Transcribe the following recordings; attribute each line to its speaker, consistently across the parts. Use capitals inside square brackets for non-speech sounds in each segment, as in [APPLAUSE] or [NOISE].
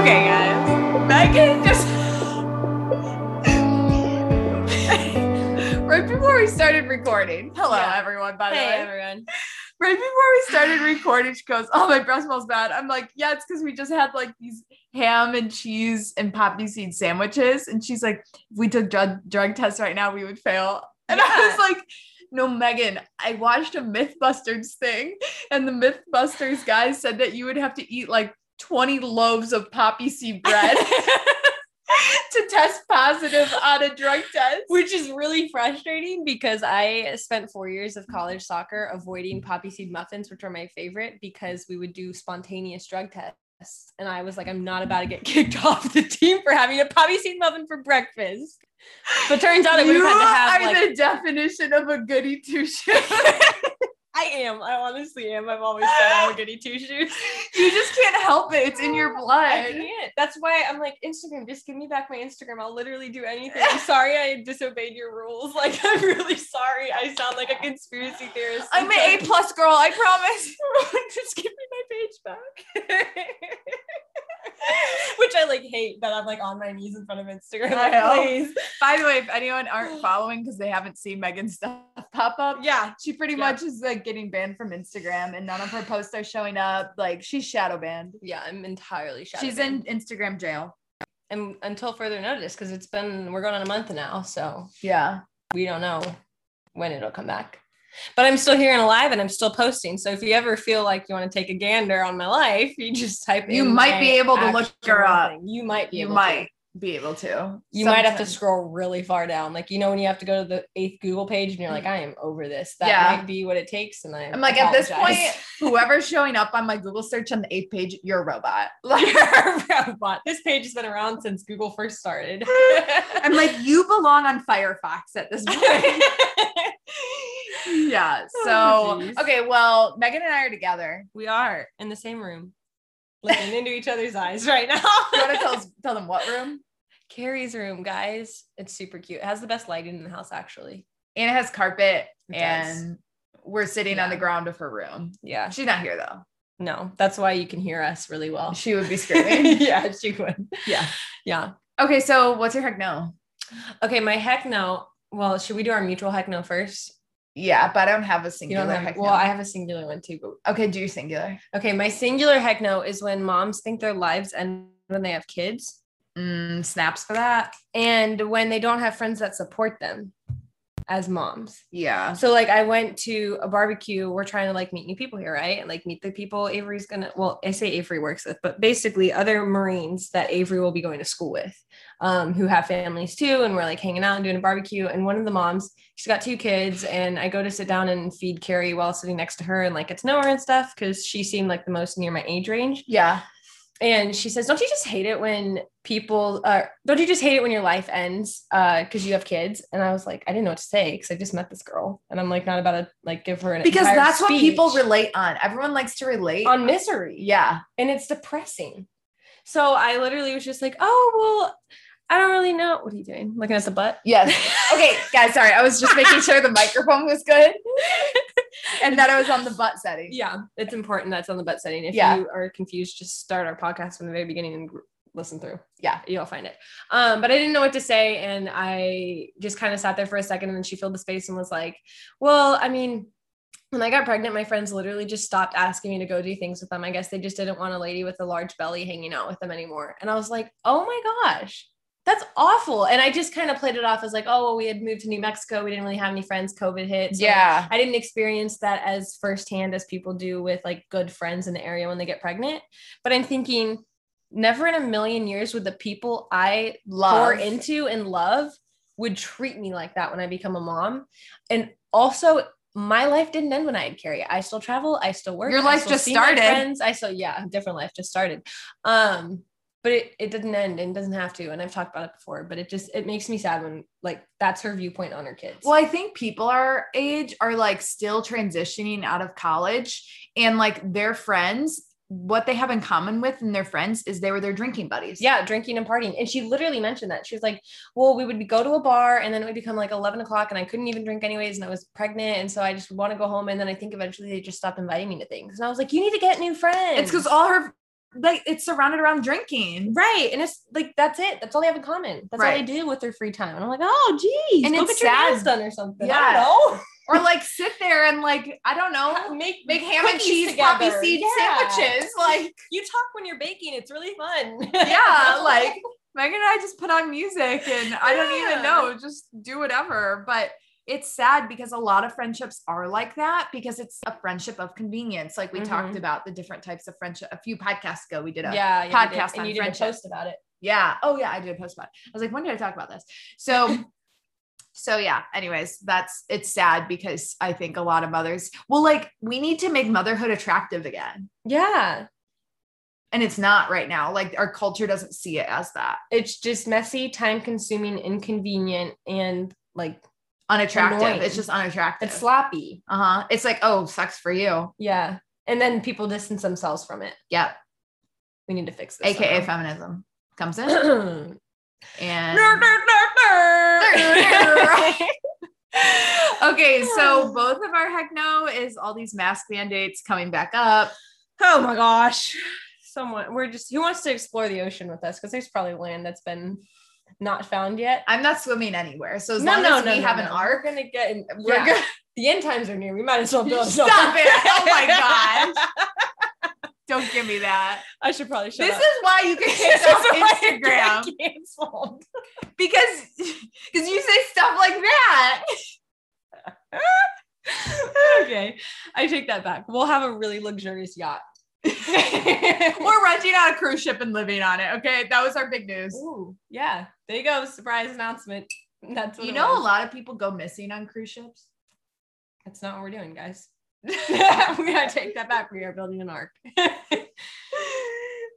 Speaker 1: Okay, guys. Megan just.
Speaker 2: Right before we started recording, hello
Speaker 3: Yeah.
Speaker 2: everyone, by the way.
Speaker 3: everyone.
Speaker 2: Right before we started recording, she goes, Oh, my breath smells bad. I'm like, Yeah, it's because we just had like these ham and cheese and poppy seed sandwiches. And she's like, If we took drug, drug tests right now, we would fail. And I was like, No, Megan, I watched a Mythbusters thing, and the Mythbusters guy said that you would have to eat like 20 loaves of poppy
Speaker 3: [LAUGHS]
Speaker 2: seed bread. [LAUGHS] To test positive on a drug test.
Speaker 4: which is really frustrating because I spent four years of college soccer avoiding poppy seed muffins, which are my favorite, because we would do spontaneous drug tests. And I was like, I'm not about to get [LAUGHS] kicked off the team for having a poppy seed muffin for breakfast. But turns out I would
Speaker 2: you
Speaker 4: have had to
Speaker 2: are
Speaker 4: have like,
Speaker 2: the definition of a goody two
Speaker 4: [LAUGHS]
Speaker 2: shoes.
Speaker 4: I am. I honestly am. I've always said I'm a goody two shoes.
Speaker 2: you just can't help it. It's in your
Speaker 4: [LAUGHS] I
Speaker 2: blood.
Speaker 4: can't. That's why I'm like Instagram. Just give me back my Instagram. I'll literally do anything. [LAUGHS] I'm sorry I disobeyed your rules. [LAUGHS] Like I'm really sorry. I sound like a conspiracy theorist.
Speaker 2: I'm an A plus girl. I promise.
Speaker 4: [LAUGHS] just give me my page back. [LAUGHS] Which I like hate, but I'm like on my knees in front
Speaker 2: [LAUGHS]
Speaker 4: of Instagram.
Speaker 2: I
Speaker 4: Like,
Speaker 2: know.
Speaker 4: please.
Speaker 2: By the way, if anyone
Speaker 4: [SIGHS]
Speaker 2: aren't following because they haven't seen Megan's stuff pop up,
Speaker 4: Yeah.
Speaker 2: she pretty
Speaker 4: Yeah.
Speaker 2: much is like getting banned from Instagram, and none of her posts are showing up. Like she's shadow banned.
Speaker 4: Yeah, I'm entirely shadow
Speaker 2: she's
Speaker 4: banned.
Speaker 2: in Instagram jail.
Speaker 4: and until further notice, because it's been we're going on a month now, so
Speaker 2: Yeah.
Speaker 4: we don't know when it'll come back. But I'm still here and alive and I'm still posting. So if you ever feel like you want to take a gander on my life, you just type
Speaker 2: You
Speaker 4: in
Speaker 2: might
Speaker 4: my
Speaker 2: be able to look
Speaker 4: actual
Speaker 2: her up.
Speaker 4: thing. You might be
Speaker 2: You
Speaker 4: able to.
Speaker 2: might be able to.
Speaker 4: you might have to
Speaker 2: Sometimes.
Speaker 4: scroll really far down. Like, you know, when you have to go to the eighth Google page and you're like, I am over this. That
Speaker 2: Mm. Yeah.
Speaker 4: might be what it takes. And I
Speaker 2: I'm like, at this
Speaker 4: apologize. [LAUGHS]
Speaker 2: point, whoever's showing up on my Google search on the eighth page, you're a robot. [LAUGHS]
Speaker 4: [LAUGHS]
Speaker 2: Like,
Speaker 4: You're a robot. This page has been around since Google first started.
Speaker 2: [LAUGHS] I'm like, you belong on Firefox at this
Speaker 4: [LAUGHS]
Speaker 2: point. yeah.
Speaker 4: Oh,
Speaker 2: So,
Speaker 4: geez.
Speaker 2: okay. Well, Megan and I are together.
Speaker 4: [LAUGHS] we are in the same room, looking into each
Speaker 2: [LAUGHS]
Speaker 4: other's eyes right now.
Speaker 2: You want to tell us, tell them what room?
Speaker 4: [LAUGHS] Carrie's room, guys. It's super cute. It has the best lighting in the house, actually.
Speaker 2: And it has carpet,
Speaker 4: It does.
Speaker 2: and we're sitting on the ground of her room.
Speaker 4: Yeah.
Speaker 2: She's not here though.
Speaker 4: No, that's why you can hear us really well.
Speaker 2: She would be screaming.
Speaker 4: [LAUGHS] yeah, she would.
Speaker 2: yeah.
Speaker 4: Yeah.
Speaker 2: Okay. So, what's your heck no?
Speaker 4: Okay, my heck no. Well, should we do our mutual heck no first?
Speaker 2: Yeah, but I don't have a
Speaker 4: You
Speaker 2: singular
Speaker 4: don't have,
Speaker 2: heck
Speaker 4: well,
Speaker 2: no.
Speaker 4: I have a singular one too. But
Speaker 2: okay, do your singular.
Speaker 4: okay, my singular heck no is when moms think their lives end when they have kids
Speaker 2: Mm, snaps for that.
Speaker 4: and when they don't have friends that support them as moms.
Speaker 2: Yeah.
Speaker 4: So like I went to a barbecue. We're trying to like meet new people here, right? Like meet the people Avery's gonna. Well, I say Avery works with, but basically other Marines that Avery will be going to school with, um, who have families too, and we're like hanging out and doing a barbecue. And one of the moms, she's got two kids, and I go to sit down and feed Carrie while sitting next to her and like get to know her and stuff because she seemed like the most near my age range.
Speaker 2: Yeah.
Speaker 4: And she says, "Don't you just hate it when people are? Don't you just hate it when your life ends because you have kids?" And I was like, "I didn't know what to say because I just met this girl, and I'm like not about to like give her an
Speaker 2: because
Speaker 4: entire
Speaker 2: that's what people
Speaker 4: speech
Speaker 2: relate on. Everyone likes to relate.
Speaker 4: on misery,
Speaker 2: yeah.
Speaker 4: and it's depressing." So I literally was just like, "Oh well, I don't really know. What are you doing? Looking at the butt?" [LAUGHS]
Speaker 2: Yes. Okay, guys. Sorry, I was just making sure the microphone was
Speaker 4: [LAUGHS]
Speaker 2: good, and that I was on the butt setting.
Speaker 4: yeah, it's important that's on the butt setting. If
Speaker 2: Yeah.
Speaker 4: you are confused, just start our podcast from the very beginning and gr- listen through.
Speaker 2: Yeah.
Speaker 4: you'll find it. Um, but I didn't know what to say, and I just kind of sat there for a second, and then she filled the space and was like, "Well, I mean." When I got pregnant, my friends literally just stopped asking me to go do things with them. I guess they just didn't want a lady with a large belly hanging out with them anymore. And I was like, oh my gosh, that's awful. And I just kind of played it off as like, oh, well, we had moved to New Mexico. We didn't really have any friends. COVID hit. so
Speaker 2: Yeah.
Speaker 4: I didn't experience that as firsthand as people do with like good friends in the area when they get pregnant. But I'm thinking, never in a million years would the people I pour
Speaker 2: Love.
Speaker 4: into and love would treat me like that when I become a mom. And also, my life didn't end when I had Carrie. I still travel. I still work.
Speaker 2: Your
Speaker 4: I
Speaker 2: life
Speaker 4: still
Speaker 2: just
Speaker 4: see my
Speaker 2: started.
Speaker 4: Friends. I still, yeah, different life just started. Um, but it, it didn't end and doesn't have to. And I've talked about it before, but it just, it makes me sad when like, that's her viewpoint on her kids.
Speaker 2: Well, I think people our age are like still transitioning out of college and like their friends, what they have in common with and their friends is they were their drinking buddies.
Speaker 4: yeah, drinking and partying. And she literally mentioned that. She was like, Well, we would go to a bar and then it would become like 11 o'clock and I couldn't even drink anyways. And I was pregnant. And so I just want to go home. And then I think eventually they just stopped inviting me to things. And I was like, You need to get new friends.
Speaker 2: It's because all her, like, it's surrounded around drinking.
Speaker 4: Right. And it's like, that's it. That's all they have in common. That's all
Speaker 2: Right.
Speaker 4: they do with their free time. And I'm like, Oh, geez.
Speaker 2: And
Speaker 4: go
Speaker 2: it's
Speaker 4: get your
Speaker 2: sad.
Speaker 4: nails done or something. Yeah.
Speaker 2: Yeah. [LAUGHS]
Speaker 4: I
Speaker 2: Or like sit there and like, I don't know,
Speaker 4: don't know. Make,
Speaker 2: make ham and
Speaker 4: cookies
Speaker 2: cheese
Speaker 4: together.
Speaker 2: poppy seed
Speaker 4: Yeah. [LAUGHS]
Speaker 2: [LAUGHS] sandwiches. Like,
Speaker 4: You talk when you're baking. It's really fun.
Speaker 2: [LAUGHS]
Speaker 4: [LAUGHS]
Speaker 2: yeah, like Megan and I just put on music and I don't
Speaker 4: Yeah.
Speaker 2: even know, just do whatever. But it's sad because a lot of friendships are like that because it's a friendship of convenience. Like we
Speaker 4: Mhm.
Speaker 2: talked about the different types of friendship a few podcasts ago. We did a
Speaker 4: yeah, yeah, we did.
Speaker 2: podcast
Speaker 4: and
Speaker 2: on
Speaker 4: you did a
Speaker 2: friendship.
Speaker 4: post about it.
Speaker 2: yeah. Oh yeah, I did a post about it. I was like, when did I talk about this? So [LAUGHS] so yeah, anyways, that's it's sad because I think a lot of mothers well, like we need to make motherhood attractive again.
Speaker 4: Yeah,
Speaker 2: And it's not right now. Like our culture doesn't see it as that.
Speaker 4: it's just messy, time consuming, inconvenient, and like
Speaker 2: Unattractive.
Speaker 4: Annoying.
Speaker 2: It's just unattractive.
Speaker 4: it's sloppy.
Speaker 2: Uh huh. It's like, oh, sucks for you.
Speaker 4: Yeah. And then people distance themselves from it.
Speaker 2: Yep.
Speaker 4: We need to fix this.
Speaker 2: AKA
Speaker 4: somehow.
Speaker 2: feminism comes
Speaker 4: [COUGHS]
Speaker 2: in.
Speaker 4: Nerd,
Speaker 2: And
Speaker 4: nerd,
Speaker 2: [LAUGHS]
Speaker 4: [LAUGHS] nerd, nerd.
Speaker 2: okay, so both of our heck no is all these mask mandates coming back up.
Speaker 4: [CLEARS THROAT] oh my gosh. Someone, we're just, who wants to explore the ocean with us? Because there's probably land that's been not found yet.
Speaker 2: I'm not swimming anywhere. So as long as we have an
Speaker 4: We're
Speaker 2: arc,
Speaker 4: going to get in. We're
Speaker 2: Yeah.
Speaker 4: gonna, the end times are near. We might as well build.
Speaker 2: [LAUGHS] Stop it. Oh
Speaker 4: [LAUGHS]
Speaker 2: my don't give me that.
Speaker 4: I should probably shut
Speaker 2: this
Speaker 4: up.
Speaker 2: is why
Speaker 4: [LAUGHS]
Speaker 2: you can
Speaker 4: This
Speaker 2: hit
Speaker 4: is why [LAUGHS] I
Speaker 2: off Instagram
Speaker 4: get canceled.
Speaker 2: because [LAUGHS] because you say stuff like
Speaker 4: [LAUGHS]
Speaker 2: that.
Speaker 4: okay, I take that back. We'll have a really
Speaker 2: [LAUGHS]
Speaker 4: luxurious yacht.
Speaker 2: We're renting out a cruise ship and living on it. Okay, that was our big news.
Speaker 4: Ooh, yeah. There you go. Surprise announcement. That's what
Speaker 2: You
Speaker 4: it
Speaker 2: know, a
Speaker 4: was.
Speaker 2: lot of people go missing on cruise ships.
Speaker 4: That's not what we're
Speaker 2: [LAUGHS]
Speaker 4: doing, guys. we gotta take that back. We are building an ark. [LAUGHS]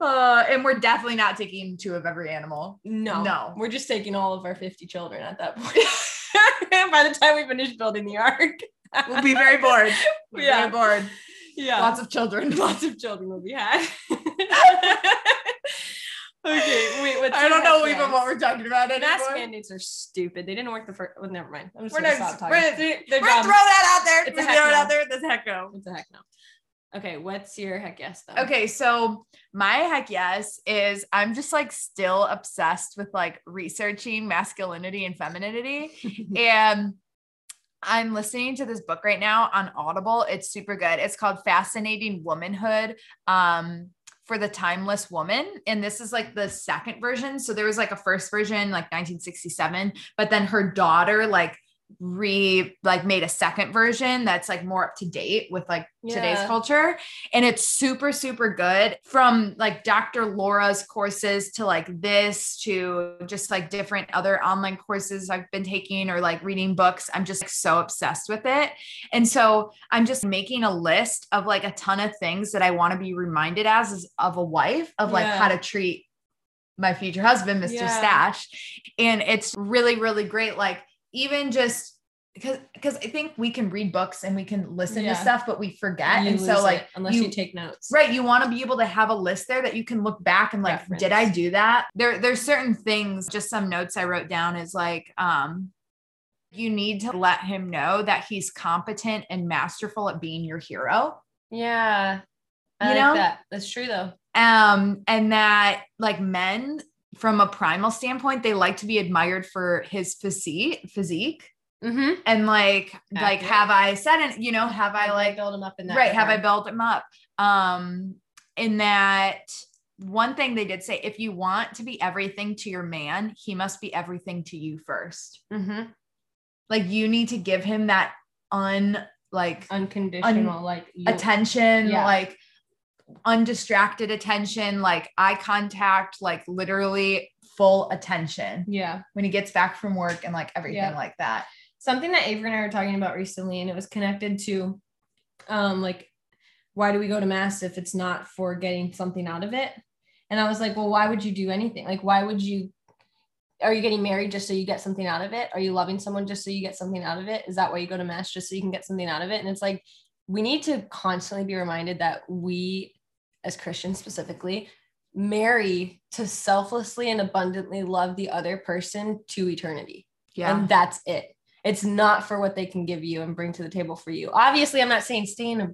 Speaker 2: Uh, and we're definitely not taking two of every animal.
Speaker 4: no,
Speaker 2: No.
Speaker 4: We're just taking all of our 50 children at that point. [LAUGHS] By the time we finish building the ark,
Speaker 2: We'll be very bored.
Speaker 4: [LAUGHS]
Speaker 2: We're
Speaker 4: Yeah.
Speaker 2: very bored.
Speaker 4: yeah,
Speaker 2: Lots of children. [LAUGHS]
Speaker 4: lots of children will be had. [LAUGHS] okay, wait. What's
Speaker 2: I
Speaker 4: your
Speaker 2: don't know
Speaker 4: mask
Speaker 2: even
Speaker 4: mandates?
Speaker 2: what we're talking about
Speaker 4: The mask
Speaker 2: anymore.
Speaker 4: mandates are stupid. They didn't work the first. Well, never mind. I'm just
Speaker 2: We're
Speaker 4: gonna
Speaker 2: not-
Speaker 4: stop
Speaker 2: we're-
Speaker 4: talking. They're, they're
Speaker 2: We're gonna
Speaker 4: dumb.
Speaker 2: throw that out there.
Speaker 4: It's a
Speaker 2: We're gonna
Speaker 4: heck
Speaker 2: throw it
Speaker 4: no.
Speaker 2: out there. That's a heck no.
Speaker 4: What the heck? No. Okay, what's your heck yes though?
Speaker 2: Okay, so my heck yes is I'm just like still obsessed with like researching masculinity and femininity. and I'm listening to this book right now on Audible. It's super good. It's called Fascinating Womanhood um, for the Timeless Woman. And this is like the second version. So there was like a first version, like 1967, but then her daughter, like, re like made a second version that's like more up to date with like today's
Speaker 4: Yeah.
Speaker 2: culture and it's super super good from like Dr. Laura's courses to like this to just like different other online courses I've been taking or like reading books I'm just like, so obsessed with it and so I'm just making a list of like a ton of things that I want to be reminded as, as of a wife of like
Speaker 4: Yeah.
Speaker 2: how to treat my future husband Mr.
Speaker 4: Yeah.
Speaker 2: Stash and it's really really great like even just because because I think we can read books and we can listen
Speaker 4: Yeah.
Speaker 2: to stuff but we forget
Speaker 4: You
Speaker 2: and so
Speaker 4: lose
Speaker 2: like
Speaker 4: it unless you,
Speaker 2: you-
Speaker 4: take notes.
Speaker 2: Right. You want to be able to have a list there that you can look back and like,
Speaker 4: Reference.
Speaker 2: did I do that? There, there's certain things, just some notes I wrote down is like, um, you need to let him know that he's competent and masterful at being your hero.
Speaker 4: Yeah. I
Speaker 2: You
Speaker 4: like
Speaker 2: know?
Speaker 4: that. That's true though.
Speaker 2: Um, and that like men from a primal standpoint, they like to be admired for his physique physique.
Speaker 4: Mm-hmm.
Speaker 2: And like, like,
Speaker 4: Accurate.
Speaker 2: have I said it, you know, have I like
Speaker 4: build them up in that.
Speaker 2: right have i
Speaker 4: regard.
Speaker 2: built them up um in that one thing they did say if you want to be everything to your man he must be everything to you first
Speaker 4: Mhm.
Speaker 2: like you need to give him that un like
Speaker 4: unconditional like you-
Speaker 2: attention
Speaker 4: Yeah.
Speaker 2: like undistracted attention like eye contact like literally full attention
Speaker 4: Yeah.
Speaker 2: when he gets back from work and like everything
Speaker 4: Yeah.
Speaker 2: like that
Speaker 4: something that Avery and I were talking about recently, and it was connected to um like why do we go to mass if it's not for getting something out of it? And I was like, well, why would you do anything? Like, why would you are you getting married just so you get something out of it? Are you loving someone just so you get something out of it? Is that why you go to mass just so you can get something out of it? And it's like we need to constantly be reminded that we as Christians specifically marry to selflessly and abundantly love the other person to eternity.
Speaker 2: Yeah.
Speaker 4: And that's it. It's not for what they can give you and bring to the table for you. Obviously, I'm not saying stay in a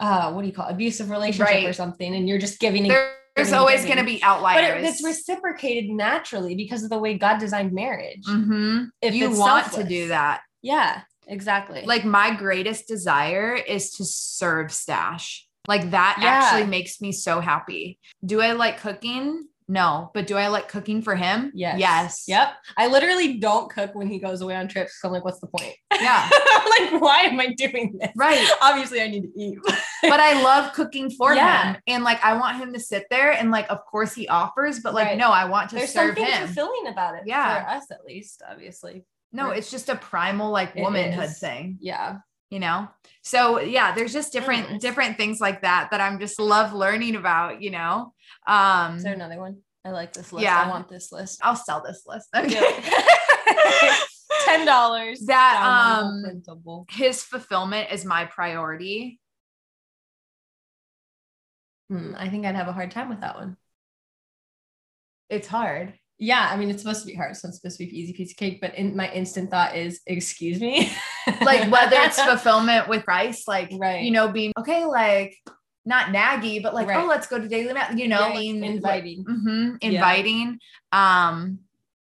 Speaker 4: uh, what do you call it, abusive relationship
Speaker 2: Right.
Speaker 4: or something, and you're just giving. and
Speaker 2: There- there's
Speaker 4: giving and
Speaker 2: always
Speaker 4: giving.
Speaker 2: going to be
Speaker 4: But
Speaker 2: outliers.
Speaker 4: it, it's reciprocated naturally because of the way God designed marriage.
Speaker 2: Mhm.
Speaker 4: If
Speaker 2: You
Speaker 4: it's
Speaker 2: want to
Speaker 4: selfless.
Speaker 2: do that.
Speaker 4: Yeah, exactly.
Speaker 2: Like my greatest desire is to serve stash. Like that
Speaker 4: Yeah.
Speaker 2: actually makes me so happy. Do I like cooking? No, but do I like cooking for him?
Speaker 4: yes.
Speaker 2: Yes.
Speaker 4: Yep. I literally don't cook when he goes away on trips. So I'm like, what's the point?
Speaker 2: Yeah.
Speaker 4: [LAUGHS] like, why am I doing this?
Speaker 2: Right.
Speaker 4: Obviously, I need to eat.
Speaker 2: But
Speaker 4: [LAUGHS]
Speaker 2: I love cooking for
Speaker 4: Yeah.
Speaker 2: him. And like I want him to sit there and like of course he offers, but like
Speaker 4: Right.
Speaker 2: no, I want to
Speaker 4: There's
Speaker 2: serve
Speaker 4: something
Speaker 2: him.
Speaker 4: fulfilling about it.
Speaker 2: Yeah.
Speaker 4: For us, at least, obviously.
Speaker 2: no, it's just a primal like
Speaker 4: It
Speaker 2: womanhood
Speaker 4: is.
Speaker 2: thing.
Speaker 4: Yeah.
Speaker 2: you know so yeah there's just different
Speaker 4: Mm.
Speaker 2: different things like that that i'm just love learning about you know um
Speaker 4: Is there another one? I like this list.
Speaker 2: Yeah.
Speaker 4: I want this
Speaker 2: [LAUGHS]
Speaker 4: list.
Speaker 2: i'll sell this list okay. [LAUGHS]
Speaker 4: Yeah. [LAUGHS] Ten dollars.
Speaker 2: That, um,
Speaker 4: printable.
Speaker 2: his fulfillment is my priority
Speaker 4: Hmm, I think I'd have a hard time with that one. It's hard. Yeah, I mean it's supposed to be hard, so it's supposed to be easy piece of cake. But in my instant thought is, excuse me,
Speaker 2: like whether
Speaker 4: [LAUGHS]
Speaker 2: it's fulfillment with christ like
Speaker 4: Right.
Speaker 2: you know being okay like not naggy but like
Speaker 4: Right.
Speaker 2: oh let's go to daily mass you know
Speaker 4: Yeah,
Speaker 2: being, like,
Speaker 4: inviting.
Speaker 2: mhm,
Speaker 4: Yeah.
Speaker 2: inviting um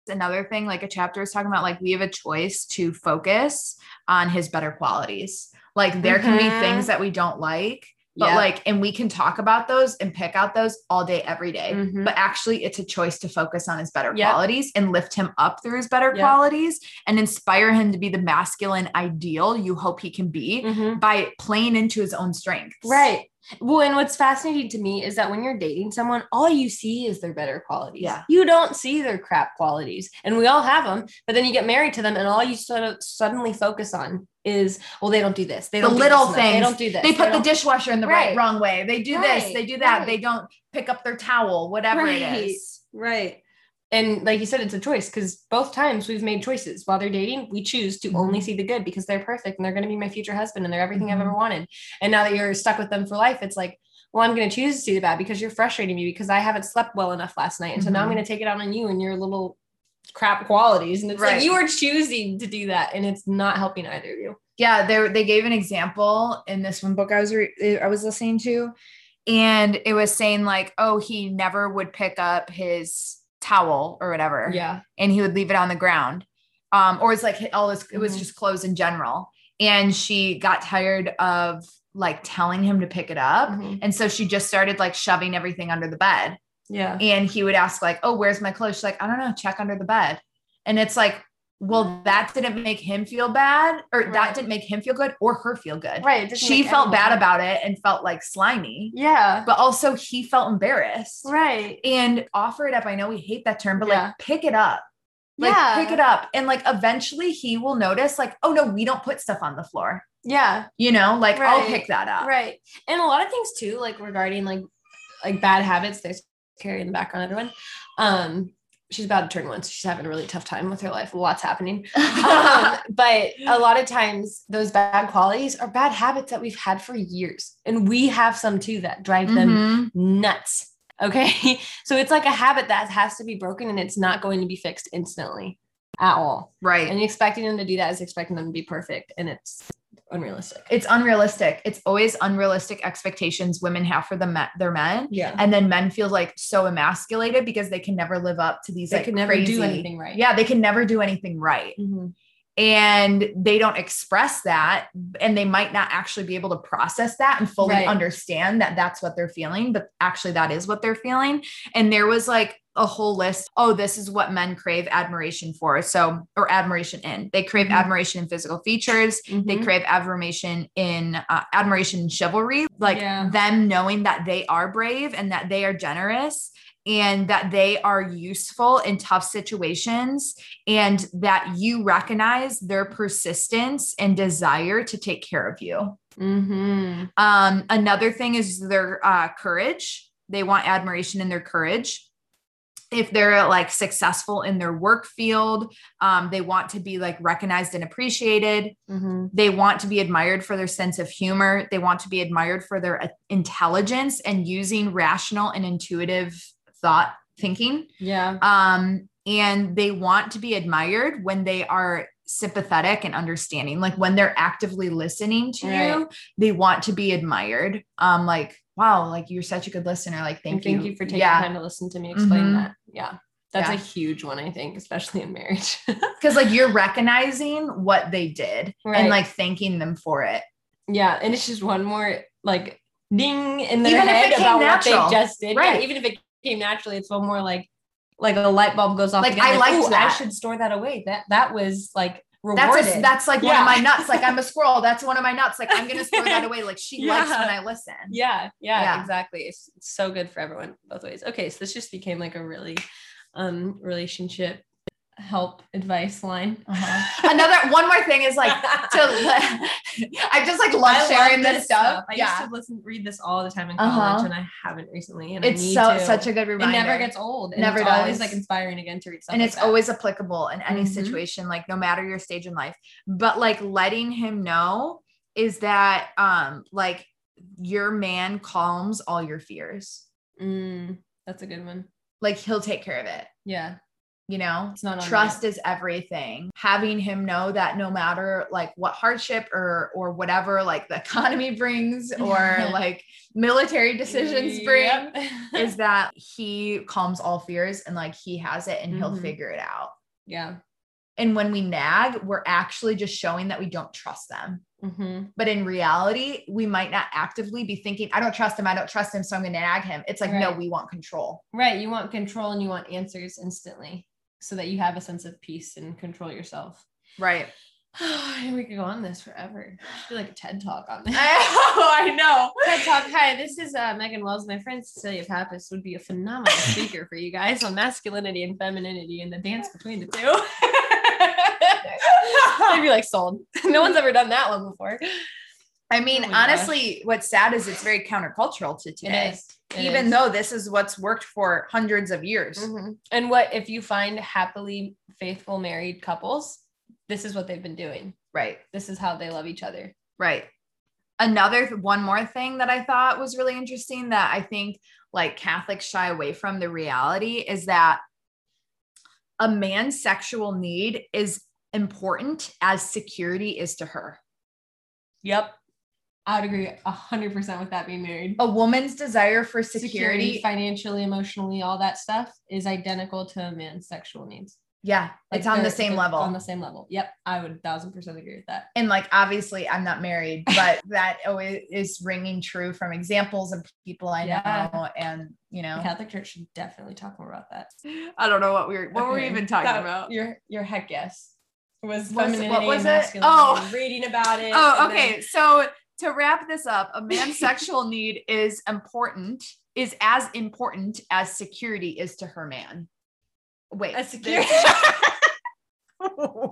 Speaker 2: another thing like a chapter is talking about like we have a choice to focus on his better qualities like there can be
Speaker 4: Mhm.
Speaker 2: things that we don't like but
Speaker 4: Yeah.
Speaker 2: like and we can talk about those and pick out those all day every day.
Speaker 4: Mhm.
Speaker 2: but actually it's a choice to focus on his better
Speaker 4: Yep.
Speaker 2: qualities and lift him up through his better
Speaker 4: Yep.
Speaker 2: qualities and inspire him to be the masculine ideal you hope he can be
Speaker 4: Mhm.
Speaker 2: by playing into his own strengths
Speaker 4: Right. Well, and what's fascinating to me is that when you're dating someone, all you see is their better qualities.
Speaker 2: Yeah.
Speaker 4: You don't see their crap qualities. And we all have them, but then you get married to them and all you sort of suddenly focus on is, well, they don't do this. They
Speaker 2: The
Speaker 4: don't do
Speaker 2: little
Speaker 4: this enough. They
Speaker 2: things.
Speaker 4: don't do this.
Speaker 2: they put the
Speaker 4: don't-
Speaker 2: dishwasher in the right,
Speaker 4: Right.
Speaker 2: wrong way they do this
Speaker 4: Right,
Speaker 2: they do that
Speaker 4: right.
Speaker 2: they don't pick up their towel whatever
Speaker 4: Right.
Speaker 2: it is
Speaker 4: Right. And like you said, it's a choice because both times we've made choices while they're dating. We choose to only see the good because they're perfect and they're going to be my future husband and they're everything
Speaker 2: Mhm.
Speaker 4: I've ever wanted. And now that you're stuck with them for life, it's like, well, I'm going to choose to see the bad because you're frustrating me because I haven't slept well enough last night. And so now I'm
Speaker 2: Mhm.
Speaker 4: going to take it out on you and your little crap qualities. And it's
Speaker 2: Right.
Speaker 4: like you are choosing to do that and it's not helping either of you.
Speaker 2: yeah they they gave an example in this one book I was re- I was listening to and it was saying like oh he never would pick up his towel or whatever
Speaker 4: Yeah.
Speaker 2: and he would leave it on the ground um or it's like all this it was
Speaker 4: Mhm.
Speaker 2: just clothes in general and she got tired of like telling him to pick it up
Speaker 4: Mhm.
Speaker 2: and so she just started like shoving everything under the bed
Speaker 4: Yeah.
Speaker 2: and he would ask like oh where's my clothes she's like i don't know check under the bed and it's like well that didn't make him feel bad or that
Speaker 4: Right.
Speaker 2: didn't make him feel good or her feel good
Speaker 4: Right. it doesn't
Speaker 2: she
Speaker 4: make
Speaker 2: felt bad
Speaker 4: everyone-
Speaker 2: about it and felt like slimy
Speaker 4: Yeah.
Speaker 2: but also he felt embarrassed
Speaker 4: Right.
Speaker 2: and offer it up i know we hate that term but
Speaker 4: Yeah.
Speaker 2: like pick it up like pick it up and like eventually he will notice like oh no we don't put stuff on the floor
Speaker 4: Yeah.
Speaker 2: you know like i'll
Speaker 4: Right.
Speaker 2: pick that up
Speaker 4: right and a lot of things too like regarding like like bad habits there's carrie in the background everyone um she's about to turn one so she's having a really tough time with her life lots happening um, but a lot of times those bad qualities are bad habits that we've had for years and we have some too that drive them
Speaker 2: Mhm.
Speaker 4: nuts okay [LAUGHS] so it's like a habit that has to be broken and it's not going to be fixed instantly at all
Speaker 2: right
Speaker 4: and expecting them to do that is expecting them to be perfect and it's unrealistic
Speaker 2: it's unrealistic it's always unrealistic expectations women have for the me- their men
Speaker 4: yeah
Speaker 2: and then men feel like so emasculated because they can never live up to these
Speaker 4: they
Speaker 2: like
Speaker 4: can never
Speaker 2: crazy-
Speaker 4: do anything right
Speaker 2: yeah they can never do anything right
Speaker 4: Mhm.
Speaker 2: and they don't express that and they might not actually be able to process that and fully
Speaker 4: Right.
Speaker 2: understand that that's what they're feeling but actually that is what they're feeling and there was like a whole list oh this is what men crave admiration for so or admiration in they crave
Speaker 4: Mhm.
Speaker 2: admiration in physical features they
Speaker 4: Mhm.
Speaker 2: crave admiration in uh, admiration in chivalry like
Speaker 4: Yeah.
Speaker 2: them knowing that they are brave and that they are generous and that they are useful in tough situations and that you recognize their persistence and desire to take care of you.
Speaker 4: Mm-hmm.
Speaker 2: Um, another thing is their uh, courage. They want admiration in their courage. If they're like successful in their work field, um, they want to be like recognized and appreciated.
Speaker 4: Mm-hmm.
Speaker 2: They want to be admired for their sense of humor. They want to be admired for their uh, intelligence and using rational and intuitive thought thinking.
Speaker 4: Yeah.
Speaker 2: Um, and they want to be admired when they are sympathetic and understanding. Like when they're actively listening to
Speaker 4: Right.
Speaker 2: you, they want to be admired. Um, like, wow, like you're such a good listener. Like,
Speaker 4: Thank,
Speaker 2: thank you.
Speaker 4: thank you. for taking
Speaker 2: yeah.
Speaker 4: time to listen to me explain
Speaker 2: Mhm.
Speaker 4: that. Yeah. That's
Speaker 2: Yeah.
Speaker 4: a huge one, I think, especially in marriage. [LAUGHS]
Speaker 2: Cause like you're recognizing what they did
Speaker 4: Right.
Speaker 2: and like thanking them for it.
Speaker 4: yeah. And it's just one more like ding in their
Speaker 2: Even if it
Speaker 4: head
Speaker 2: came
Speaker 4: about
Speaker 2: natural.
Speaker 4: what they just did.
Speaker 2: Right.
Speaker 4: Yeah, even if it came naturally, it's one more like like a light bulb goes off.
Speaker 2: Like,
Speaker 4: again,
Speaker 2: I liked
Speaker 4: "Ooh,
Speaker 2: that."
Speaker 4: I should store that away. That that was like rewarded.
Speaker 2: That's a, that's like one
Speaker 4: Yeah.
Speaker 2: of my nuts. Like I'm a
Speaker 4: [LAUGHS]
Speaker 2: squirrel. That's one of my nuts. Like I'm gonna throw that away. Like she
Speaker 4: Yeah.
Speaker 2: likes when I listen.
Speaker 4: yeah, yeah,
Speaker 2: Yeah.
Speaker 4: exactly. It's it's so good for everyone both ways. Okay, so this just became like a really um relationship help advice line.
Speaker 2: Uh-huh. Another one more thing is like to [LAUGHS] I just like love
Speaker 4: I
Speaker 2: sharing this, stuff.
Speaker 4: I
Speaker 2: yeah.
Speaker 4: used to listen read this all the time in college,
Speaker 2: Uh-huh.
Speaker 4: and I haven't recently. And I
Speaker 2: It's
Speaker 4: need
Speaker 2: so
Speaker 4: to.
Speaker 2: such a good
Speaker 4: it
Speaker 2: reminder.
Speaker 4: never gets old. And
Speaker 2: Never
Speaker 4: it's
Speaker 2: does.
Speaker 4: Always like inspiring again to read stuff.
Speaker 2: and
Speaker 4: like
Speaker 2: it's
Speaker 4: that.
Speaker 2: always applicable in any
Speaker 4: Mhm.
Speaker 2: situation like no matter your stage in life but like letting him know is that um like your man calms all your fears
Speaker 4: Mm, that's a good one.
Speaker 2: like he'll take care of it
Speaker 4: Yeah,
Speaker 2: you know
Speaker 4: it's not on
Speaker 2: trust is everything having him know that no matter like what hardship or or whatever like the [LAUGHS] economy brings or
Speaker 4: [LAUGHS]
Speaker 2: like military
Speaker 4: me.
Speaker 2: decisions bring
Speaker 4: Yep.
Speaker 2: is that he calms all fears and like he has it and he'll
Speaker 4: Mhm.
Speaker 2: figure it out
Speaker 4: [LAUGHS] yeah.
Speaker 2: And when we nag, we're actually just showing that we don't trust them.
Speaker 4: Mm-hmm.
Speaker 2: But in reality, we might not actively be thinking, I don't trust him. I don't trust him. So I'm going to nag him. It's like, no,
Speaker 4: Right.
Speaker 2: we want control.
Speaker 4: Right. You want control and you want answers instantly, so that you have a sense of peace and control yourself.
Speaker 2: Right.
Speaker 4: [SIGHS] and we could go on this forever. [LAUGHS] I feel like a TED talk on this.
Speaker 2: [LAUGHS] I know.
Speaker 4: TED Talk. Hi, this is uh, Megan Wells. My friend Cecilia Pappas would be a [LAUGHS] phenomenal speaker for you guys on masculinity and femininity and the dance between the [LAUGHS] two. I'd be like sold. [LAUGHS] No one's ever done that one before.
Speaker 2: I mean,
Speaker 4: Oh my gosh.
Speaker 2: honestly, what's sad is it's very countercultural to today.
Speaker 4: It is. It
Speaker 2: Even
Speaker 4: is.
Speaker 2: though this is what's worked for hundreds of years.
Speaker 4: Mhm. And what if you find happily faithful married couples? This is what they've been doing.
Speaker 2: Right.
Speaker 4: This is how they love each other.
Speaker 2: Right. Another one more thing that I thought was really interesting that I think like Catholics shy away from the reality is that a man's sexual need is important as security is to her.
Speaker 4: Yep. I would agree 100% with that being married.
Speaker 2: A woman's desire for
Speaker 4: security,
Speaker 2: security,
Speaker 4: financially, emotionally, all that stuff is identical to a man's sexual needs.
Speaker 2: yeah,
Speaker 4: Like,
Speaker 2: it's on the
Speaker 4: they're-
Speaker 2: same
Speaker 4: they're
Speaker 2: level.
Speaker 4: On the same level. Yep. I would thousand percent agree with that.
Speaker 2: and like obviously I'm not married, but that always is ringing true from examples of people I
Speaker 4: Yeah.
Speaker 2: know and you know.
Speaker 4: The Catholic Church should definitely talk more about that.
Speaker 2: I don't know what we were what were we
Speaker 4: Okay.
Speaker 2: even talking
Speaker 4: That-
Speaker 2: about.
Speaker 4: Your your heck yes was
Speaker 2: What was-
Speaker 4: femininity.
Speaker 2: what was
Speaker 4: and
Speaker 2: it?
Speaker 4: masculinity,
Speaker 2: Oh.
Speaker 4: and reading about it.
Speaker 2: Oh,
Speaker 4: and then-
Speaker 2: okay. So to wrap this up, a man's sexual need is important, is as important as security is to her man. Wait.
Speaker 4: As security-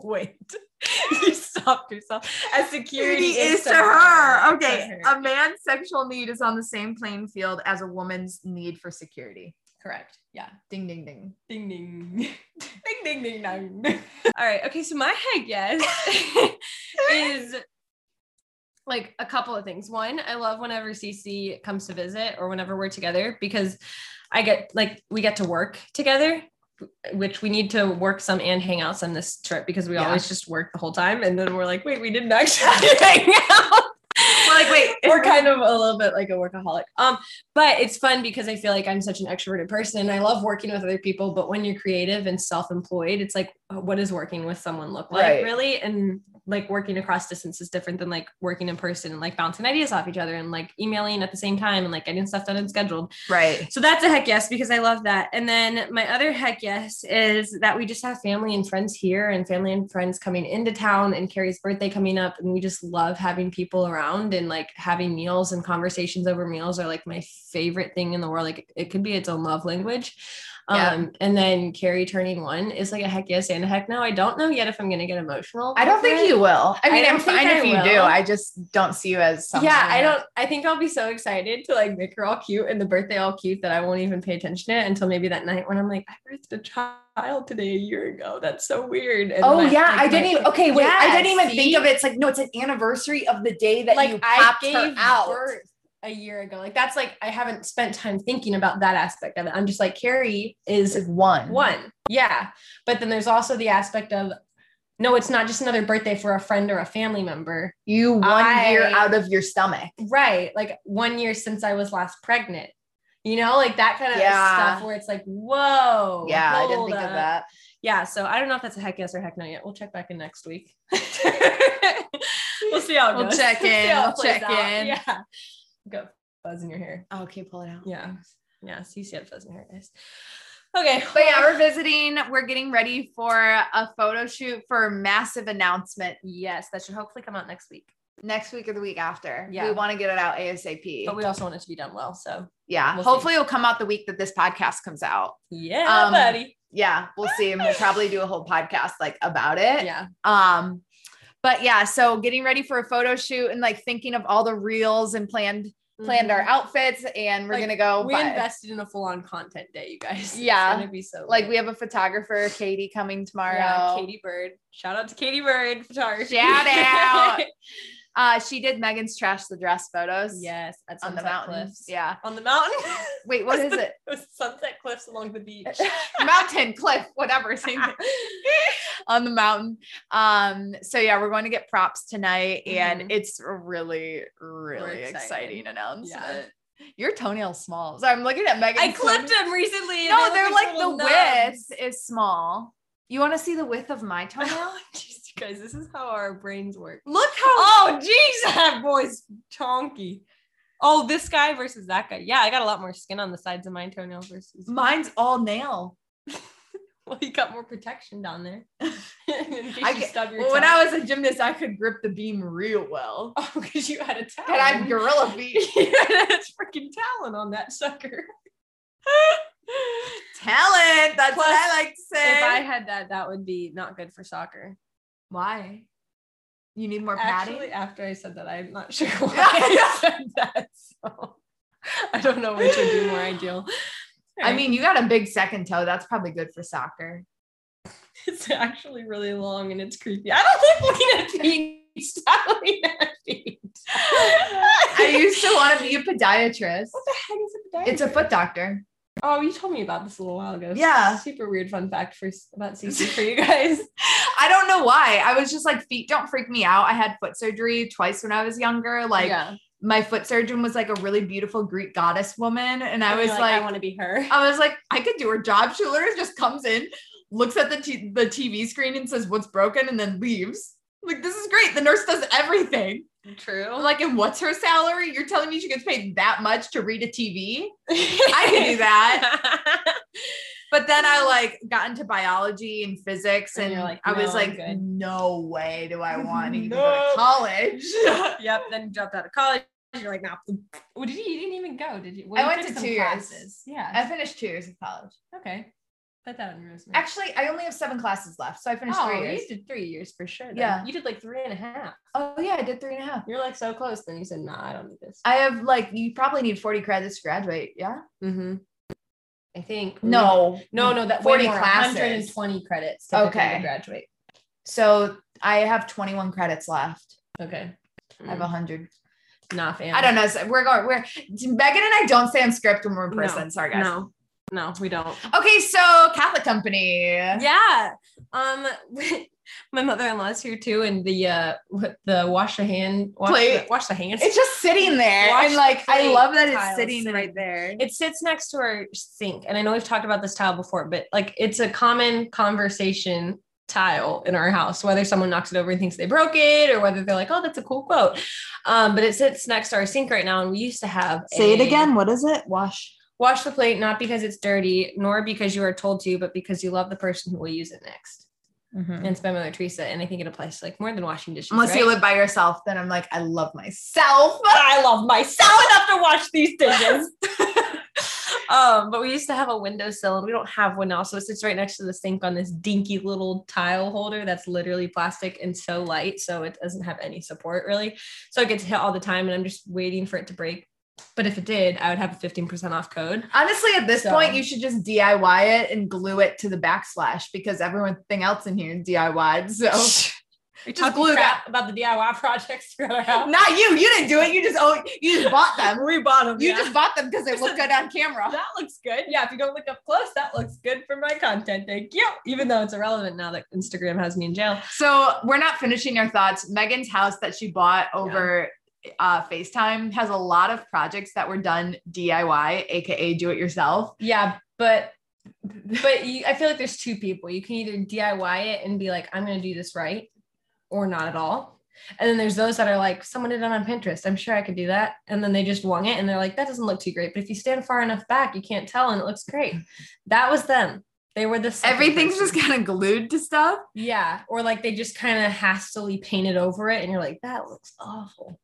Speaker 2: Wait.
Speaker 4: [LAUGHS] you stopped yourself. As security
Speaker 2: Security is to her. Okay. um, A man's sexual need is on the same playing field as a woman's need for security.
Speaker 4: correct. Yeah.
Speaker 2: Ding, ding, ding.
Speaker 4: Ding ding. ding ding ding ding. [LAUGHS] All right. Okay. So my heck yes [LAUGHS] is like a couple of things. One, I love whenever CC comes to visit or whenever we're together because I get like we get to work together, which we need to work some and hang out some this trip because we
Speaker 2: Yeah.
Speaker 4: always just work the whole time. And then we're like, wait, we didn't actually [LAUGHS] hang out.
Speaker 2: We're like, wait,
Speaker 4: [LAUGHS] we're kind of a little bit like a workaholic. Um, but it's fun because I feel like I'm such an extroverted person and I love working with other people. uh, But when you're creative and self-employed, it's like, what does working with someone look like,
Speaker 2: Right.
Speaker 4: really? And like working across distance is different than like working in person and like bouncing ideas off each other and like emailing at the same time and like getting stuff done and scheduled.
Speaker 2: Right.
Speaker 4: [LAUGHS] So that's a heck yes because I love that. And then my other heck yes is that we just have family and friends here and family and friends coming into town and Carrie's birthday coming up. And we just love having people around and like having meals and conversations over meals are like my favorite thing in the world. Like it could be its own love language.
Speaker 2: Yeah.
Speaker 4: Um, and then Carrie turning one is like a heck yes and a heck no. I don't know yet if I'm gonna get emotional.
Speaker 2: I don't
Speaker 4: over it.
Speaker 2: think you will. I mean,
Speaker 4: I
Speaker 2: I am
Speaker 4: don't think
Speaker 2: fine
Speaker 4: I
Speaker 2: if you do.
Speaker 4: will.
Speaker 2: I just don't see you as something.
Speaker 4: Yeah, I don't. I think I'll be so excited to like make her all cute and the birthday all cute that I won't even pay attention to it until maybe that night when I'm like, I birthed a child today a year ago. That's so weird. And
Speaker 2: Oh
Speaker 4: my-
Speaker 2: yeah,
Speaker 4: like,
Speaker 2: I
Speaker 4: my-
Speaker 2: didn't even. Okay, wait, I
Speaker 4: Yeah,
Speaker 2: didn't even
Speaker 4: see?
Speaker 2: think of it. It's like no, it's an anniversary of the day that you
Speaker 4: Like I
Speaker 2: popped her
Speaker 4: gave
Speaker 2: out.
Speaker 4: birth a year ago. Like that's like I haven't spent time thinking about that aspect of it. I'm just like Carrie
Speaker 2: It's like
Speaker 4: is
Speaker 2: one.
Speaker 4: one. Yeah, but then there's also the aspect of no, it's not just another birthday for a friend or a family member.
Speaker 2: You one
Speaker 4: I-
Speaker 2: year out of your stomach.
Speaker 4: right like one year since i was last pregnant you know like that kind of
Speaker 2: Yeah.
Speaker 4: stuff where it's like whoa
Speaker 2: Yeah, I didn't
Speaker 4: hold
Speaker 2: think
Speaker 4: up.
Speaker 2: of that.
Speaker 4: yeah so i don't know if that's a heck yes or heck no yet we'll check back in next week [LAUGHS] we'll see how it
Speaker 2: We'll
Speaker 4: goes.
Speaker 2: check
Speaker 4: see
Speaker 2: in,
Speaker 4: how it
Speaker 2: we'll
Speaker 4: plays
Speaker 2: check
Speaker 4: out.
Speaker 2: in.
Speaker 4: yeah go fuzz in your hair
Speaker 2: Oh, okay, pull it out.
Speaker 4: yeah yeah so you see it fuzz in your hair guys okay
Speaker 2: But yeah, we're visiting. We're getting ready for a photo shoot for a massive announcement
Speaker 4: yes that should hopefully come out next week
Speaker 2: next week or the week after.
Speaker 4: Yeah.
Speaker 2: We want to get it out ASAP.
Speaker 4: but we also want it to be done well so
Speaker 2: yeah.
Speaker 4: we'll see.
Speaker 2: Hopefully it'll come out the week that this podcast comes out.
Speaker 4: yeah
Speaker 2: Um,
Speaker 4: buddy
Speaker 2: Yeah, we'll see. And we'll probably do a whole podcast like about it.
Speaker 4: yeah
Speaker 2: Um, but yeah, so getting ready for a photo shoot and like thinking of all the reels and planned planned our
Speaker 4: Mm-hmm.
Speaker 2: outfits and we're
Speaker 4: Like,
Speaker 2: gonna go
Speaker 4: we
Speaker 2: buy-
Speaker 4: invested in a full-on content day, you guys. [LAUGHS] It's
Speaker 2: Oh, Yeah.
Speaker 4: gonna be so
Speaker 2: like
Speaker 4: lit.
Speaker 2: we have a photographer, Katie, coming tomorrow.
Speaker 4: Yeah, Katie Bird. Shout out to Katie Bird photography.
Speaker 2: Shout
Speaker 4: [LAUGHS]
Speaker 2: out. Uh, she did Megan's trash the dress photos.
Speaker 4: yes, at
Speaker 2: on the
Speaker 4: Sunset
Speaker 2: mountain.
Speaker 4: Cliffs.
Speaker 2: Yeah.
Speaker 4: on the mountain. [LAUGHS]
Speaker 2: Wait, what is it? [LAUGHS]
Speaker 4: it was Sunset Cliffs along the beach.
Speaker 2: mountain cliff,
Speaker 4: [LAUGHS]
Speaker 2: whatever. Same thing. on the mountain. Um. So yeah, we're going to get props tonight, and
Speaker 4: Mhm.
Speaker 2: it's a really, really
Speaker 4: excited.
Speaker 2: exciting announcement. Your toenail's small. So I'm looking at Megan.
Speaker 4: I clipped them recently. and
Speaker 2: No,
Speaker 4: they
Speaker 2: they're
Speaker 4: look
Speaker 2: like the
Speaker 4: little
Speaker 2: width
Speaker 4: nubs.
Speaker 2: is small. You want to see the width of
Speaker 4: [LAUGHS]
Speaker 2: my toenail?
Speaker 4: Jeez, you guys, this is how our brains work. Look how [LAUGHS] oh jeez, that boy's chonky. Oh, this guy versus that guy. Yeah, I got a lot more skin on the sides of my toenail versus
Speaker 2: Mine's all nail.
Speaker 4: [LAUGHS] Well, you got more protection down there. [LAUGHS] In case
Speaker 2: I
Speaker 4: you
Speaker 2: get-
Speaker 4: stub your
Speaker 2: Well, when
Speaker 4: [LAUGHS]
Speaker 2: I was a gymnast, I could grip the beam real well.
Speaker 4: because Oh, you
Speaker 2: [LAUGHS]
Speaker 4: had a talon.
Speaker 2: And
Speaker 4: [LAUGHS]
Speaker 2: I'm gorilla feet.
Speaker 4: it's freaking talon on that sucker. [LAUGHS]
Speaker 2: Talent. That's
Speaker 4: Plus,
Speaker 2: what I like to say.
Speaker 4: If I had that, that would be not good for soccer.
Speaker 2: Why? You need more padding?
Speaker 4: Actually, after I said that, I'm
Speaker 2: [LAUGHS]
Speaker 4: not [LAUGHS] sure why I said that. So [LAUGHS] I don't know which would be more ideal.
Speaker 2: I mean, you got a big second toe. That's probably good for soccer.
Speaker 4: [LAUGHS] it's actually really long and it's creepy. I don't like looking at feet. [LAUGHS] Stop looking at
Speaker 2: [LAUGHS]
Speaker 4: feet.
Speaker 2: I used to want to be a podiatrist.
Speaker 4: What the heck is a podiatrist?
Speaker 2: It's a foot doctor.
Speaker 4: Oh, you told me about this a little while ago.
Speaker 2: Yeah.
Speaker 4: Super weird fun fact for about CC for you [LAUGHS] guys.
Speaker 2: I don't know why. I was just like, feet don't freak me out. I had foot surgery twice when I was younger. Like,
Speaker 4: yeah.
Speaker 2: my foot surgeon was like a really beautiful Greek goddess woman. And I was
Speaker 4: You're
Speaker 2: like,
Speaker 4: I want to be her.
Speaker 2: I was like, I could do her job. She literally just comes in, looks at the, t- the TV screen and says, What's broken? and then leaves. Like, this is great. The nurse does everything.
Speaker 4: [LAUGHS] True.
Speaker 2: Like, and what's her salary? You're telling me she gets paid that much to read a TV? I can do that.
Speaker 4: [LAUGHS] that.
Speaker 2: But then I like got into biology and physics,
Speaker 4: And
Speaker 2: and,
Speaker 4: you're like,
Speaker 2: I was
Speaker 4: "No, I'm
Speaker 2: like,
Speaker 4: good."
Speaker 2: no way do I want to even go
Speaker 4: Nope.
Speaker 2: to college.
Speaker 4: [LAUGHS] yep. Then you dropped out of college. You're like, no. Well, did you? You didn't even go, did you?
Speaker 2: I
Speaker 4: Well, you
Speaker 2: went
Speaker 4: took
Speaker 2: to
Speaker 4: some
Speaker 2: two years.
Speaker 4: Yeah.
Speaker 2: I finished two years of college.
Speaker 4: okay. Put that on your resume.
Speaker 2: Actually, I only have seven classes left, so I finished
Speaker 4: oh,
Speaker 2: three years.
Speaker 4: you did three years for sure. Then.
Speaker 2: Yeah.
Speaker 4: You did like three and a half.
Speaker 2: Oh yeah, I did three and a half.
Speaker 4: You're like so close. Then you said, no, I don't need this.
Speaker 2: I have like you probably need 40 credits to graduate. Yeah.
Speaker 4: mm-hmm. I think.
Speaker 2: No.
Speaker 4: No, no, that
Speaker 2: 40
Speaker 4: way more,
Speaker 2: classes.
Speaker 4: 120 credits typically
Speaker 2: Okay.
Speaker 4: to graduate.
Speaker 2: So I have 21 credits left.
Speaker 4: Okay.
Speaker 2: I
Speaker 4: Mm.
Speaker 2: have 100.
Speaker 4: Nah,
Speaker 2: Mm.
Speaker 4: fam.
Speaker 2: I don't know. So we're going. We're Megan and I don't stay on script when we're in
Speaker 4: No,
Speaker 2: person. Sorry guys.
Speaker 4: No, no, we don't.
Speaker 2: Okay, so Catholic Company.
Speaker 4: Yeah. Um, [LAUGHS] my mother-in-law's here too, and the uh, what the wash the hand, wash,
Speaker 2: Plate.
Speaker 4: the, wash the hands.
Speaker 2: It's just sitting there,
Speaker 4: Wash
Speaker 2: and like
Speaker 4: the
Speaker 2: I
Speaker 4: plate
Speaker 2: love that it's
Speaker 4: tiles
Speaker 2: sitting
Speaker 4: and-
Speaker 2: right there.
Speaker 4: it sits next to our sink, and I know we've talked about this tile before, but like it's a common conversation tile in our house, whether someone knocks it over and thinks they broke it or whether they're like, oh, that's a cool quote. Um, but it sits next to our sink right now. And we used to have
Speaker 5: Say it
Speaker 4: a-
Speaker 5: again. What is it? Wash.
Speaker 4: Wash the plate, not because it's dirty, nor because you are told to, but because you love the person who will use it next. And it's by Mother Teresa. And I think it applies to like more than washing dishes.
Speaker 2: Mm-hmm. Unless
Speaker 4: right?
Speaker 2: you live by yourself, then I'm like, I love myself.
Speaker 4: [LAUGHS] I love myself enough to wash these
Speaker 2: [LAUGHS]
Speaker 4: dishes. um, but we used to have a windowsill and we don't have one now. So it sits right next to the sink on this dinky little tile holder that's literally plastic and so light. So it doesn't have any support really. So it gets hit all the time and I'm just waiting for it to break. But if it did, I would have a 15% off code.
Speaker 2: Honestly, at this
Speaker 4: So-
Speaker 2: point, you should just DIY it and glue it to the backslash because everything else in here is DIY'd. So
Speaker 4: [LAUGHS] Just
Speaker 2: glue
Speaker 4: crap about the DIY projects throughout our house.
Speaker 2: not you. You didn't do it. You just oh, you
Speaker 4: [LAUGHS]
Speaker 2: just bought them.
Speaker 4: We bought them.
Speaker 2: You just bought them because they look good on
Speaker 4: [LAUGHS]
Speaker 2: camera.
Speaker 4: that looks good. Yeah, if you don't look up close, that looks good for my content. Thank you. Even though it's irrelevant now that Instagram has me in jail.
Speaker 2: So we're not finishing our thoughts. Megan's house that she bought over uh, FaceTime has a lot of projects that were done DIY, aka do it yourself.
Speaker 4: Yeah, but but you, I feel like there's two people. You can either DIY it and be like, I'm going to do this right, or not at all. And then there's those that are like, someone did it on Pinterest. I'm sure I could do that. And then they just wung it and they're like, that doesn't look too great. But if you stand far enough back, you can't tell and it looks great. That was them. They were the second
Speaker 2: Everything's
Speaker 4: person.
Speaker 2: just kind of glued to stuff.
Speaker 4: Yeah. Or like they just kind of hastily painted over it and you're like, that looks awful.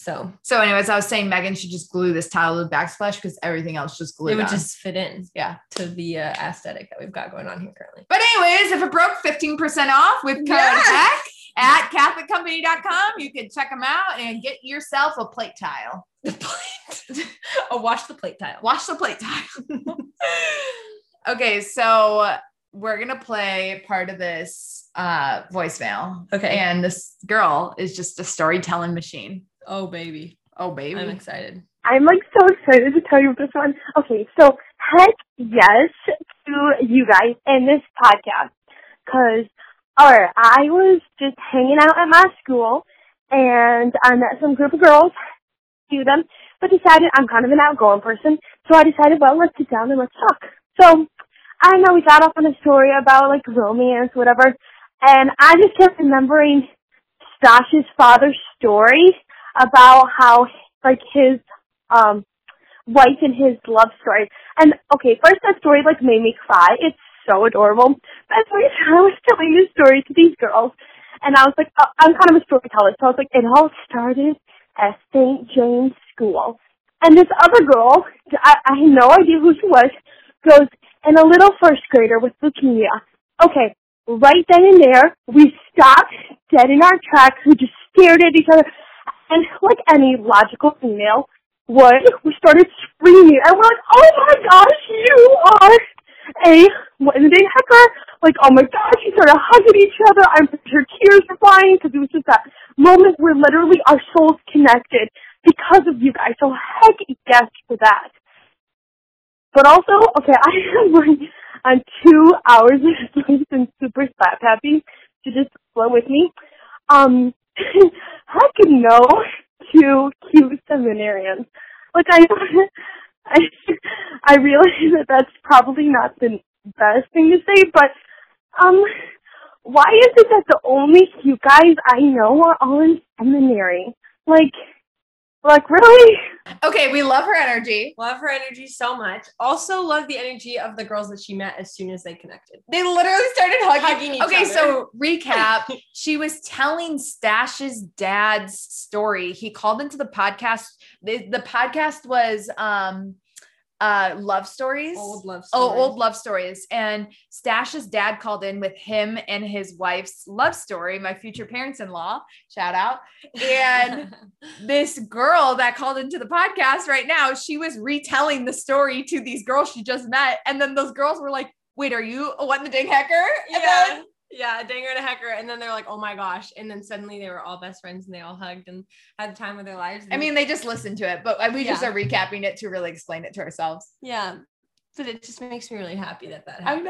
Speaker 4: So
Speaker 2: So, anyways, I was saying Megan should just glue this tile to the backsplash because everything else just glued.
Speaker 4: it would
Speaker 2: on.
Speaker 4: just fit in
Speaker 2: yeah.
Speaker 4: to the uh, aesthetic that we've got going on here currently.
Speaker 2: But anyways, if it broke 15% off with code
Speaker 4: Yes.
Speaker 2: heck at catholiccompany.com, you can check them out and get yourself a plate tile.
Speaker 4: [LAUGHS] The
Speaker 2: [LAUGHS]
Speaker 4: plate. oh, wash the plate tile.
Speaker 2: Wash the plate
Speaker 4: [LAUGHS]
Speaker 2: tile. [LAUGHS] okay, so we're going to play part of this uh, voicemail.
Speaker 4: Okay.
Speaker 2: And this girl is just a storytelling machine.
Speaker 4: Oh, baby.
Speaker 2: Oh, baby.
Speaker 4: I'm excited.
Speaker 6: I'm like so excited to tell you this one. Okay, so heck yes to you guys and this podcast. Cause, alright, I was just hanging out at my school and I met some group of girls, few of them, but decided I'm kind of an outgoing person. So I decided, well, let's sit down and let's talk. So, I don't know, we got off on a story about like romance, whatever, and I just kept remembering Stash's father's story about how like his um wife and his love story. And okay, first that story like made me cry. It's so adorable. But first [LAUGHS] I was telling this story to these girls and I was like uh, I'm kind of a storyteller, so I was like it all started at St. James School. And this other girl, I, I had no idea who she was, goes, and a little first grader with leukemia. Okay, right then and there, we stopped dead in our tracks. We just stared at each other. And like any logical female would, [LAUGHS] we started screaming. And we're like, oh my gosh, you are a Wednesday hacker. Like, oh my gosh, we started hugging each other. I'm pretty sure tears were flying because it was just that moment where literally our souls connected because of you guys. So heck yes for that. But also, okay, [LAUGHS] I am like on two hours [LAUGHS] of sleep and super slap happy to just flow with me. Um, [LAUGHS] heck no to cute seminarians. Like I, [LAUGHS] I, I realize that that's probably not the best thing to say, but um, why is it that the only cute guys I know are all in seminary? Like, like really?
Speaker 2: Okay, we love her energy.
Speaker 4: Love her energy so much. Also, love the energy of the girls that she met as soon as they connected.
Speaker 2: They literally started
Speaker 4: Hugging each
Speaker 2: okay,
Speaker 4: other.
Speaker 2: so recap.
Speaker 4: [LAUGHS]
Speaker 2: she was telling Stash's dad's story. He called into the podcast. The, the podcast was um uh love stories.
Speaker 4: Old love story.
Speaker 2: Oh, old love stories. And Stash's dad called in with him and his wife's love story, my future parents in law, shout out.
Speaker 4: [LAUGHS]
Speaker 2: And [LAUGHS] this girl that called into the podcast right now, she was retelling the story to these girls she just met. And then those girls were like, wait, are you a what in the ding hacker? And
Speaker 4: yeah. Yeah, a Danger and a Hecker. And then they're like, oh my gosh. And then suddenly they were all best friends and they all hugged and had the time of their lives.
Speaker 2: I mean, they just listened to it, but uh, we just
Speaker 4: Yeah.
Speaker 2: are recapping it to really explain it to ourselves.
Speaker 4: yeah. But it just makes me really happy that that happened.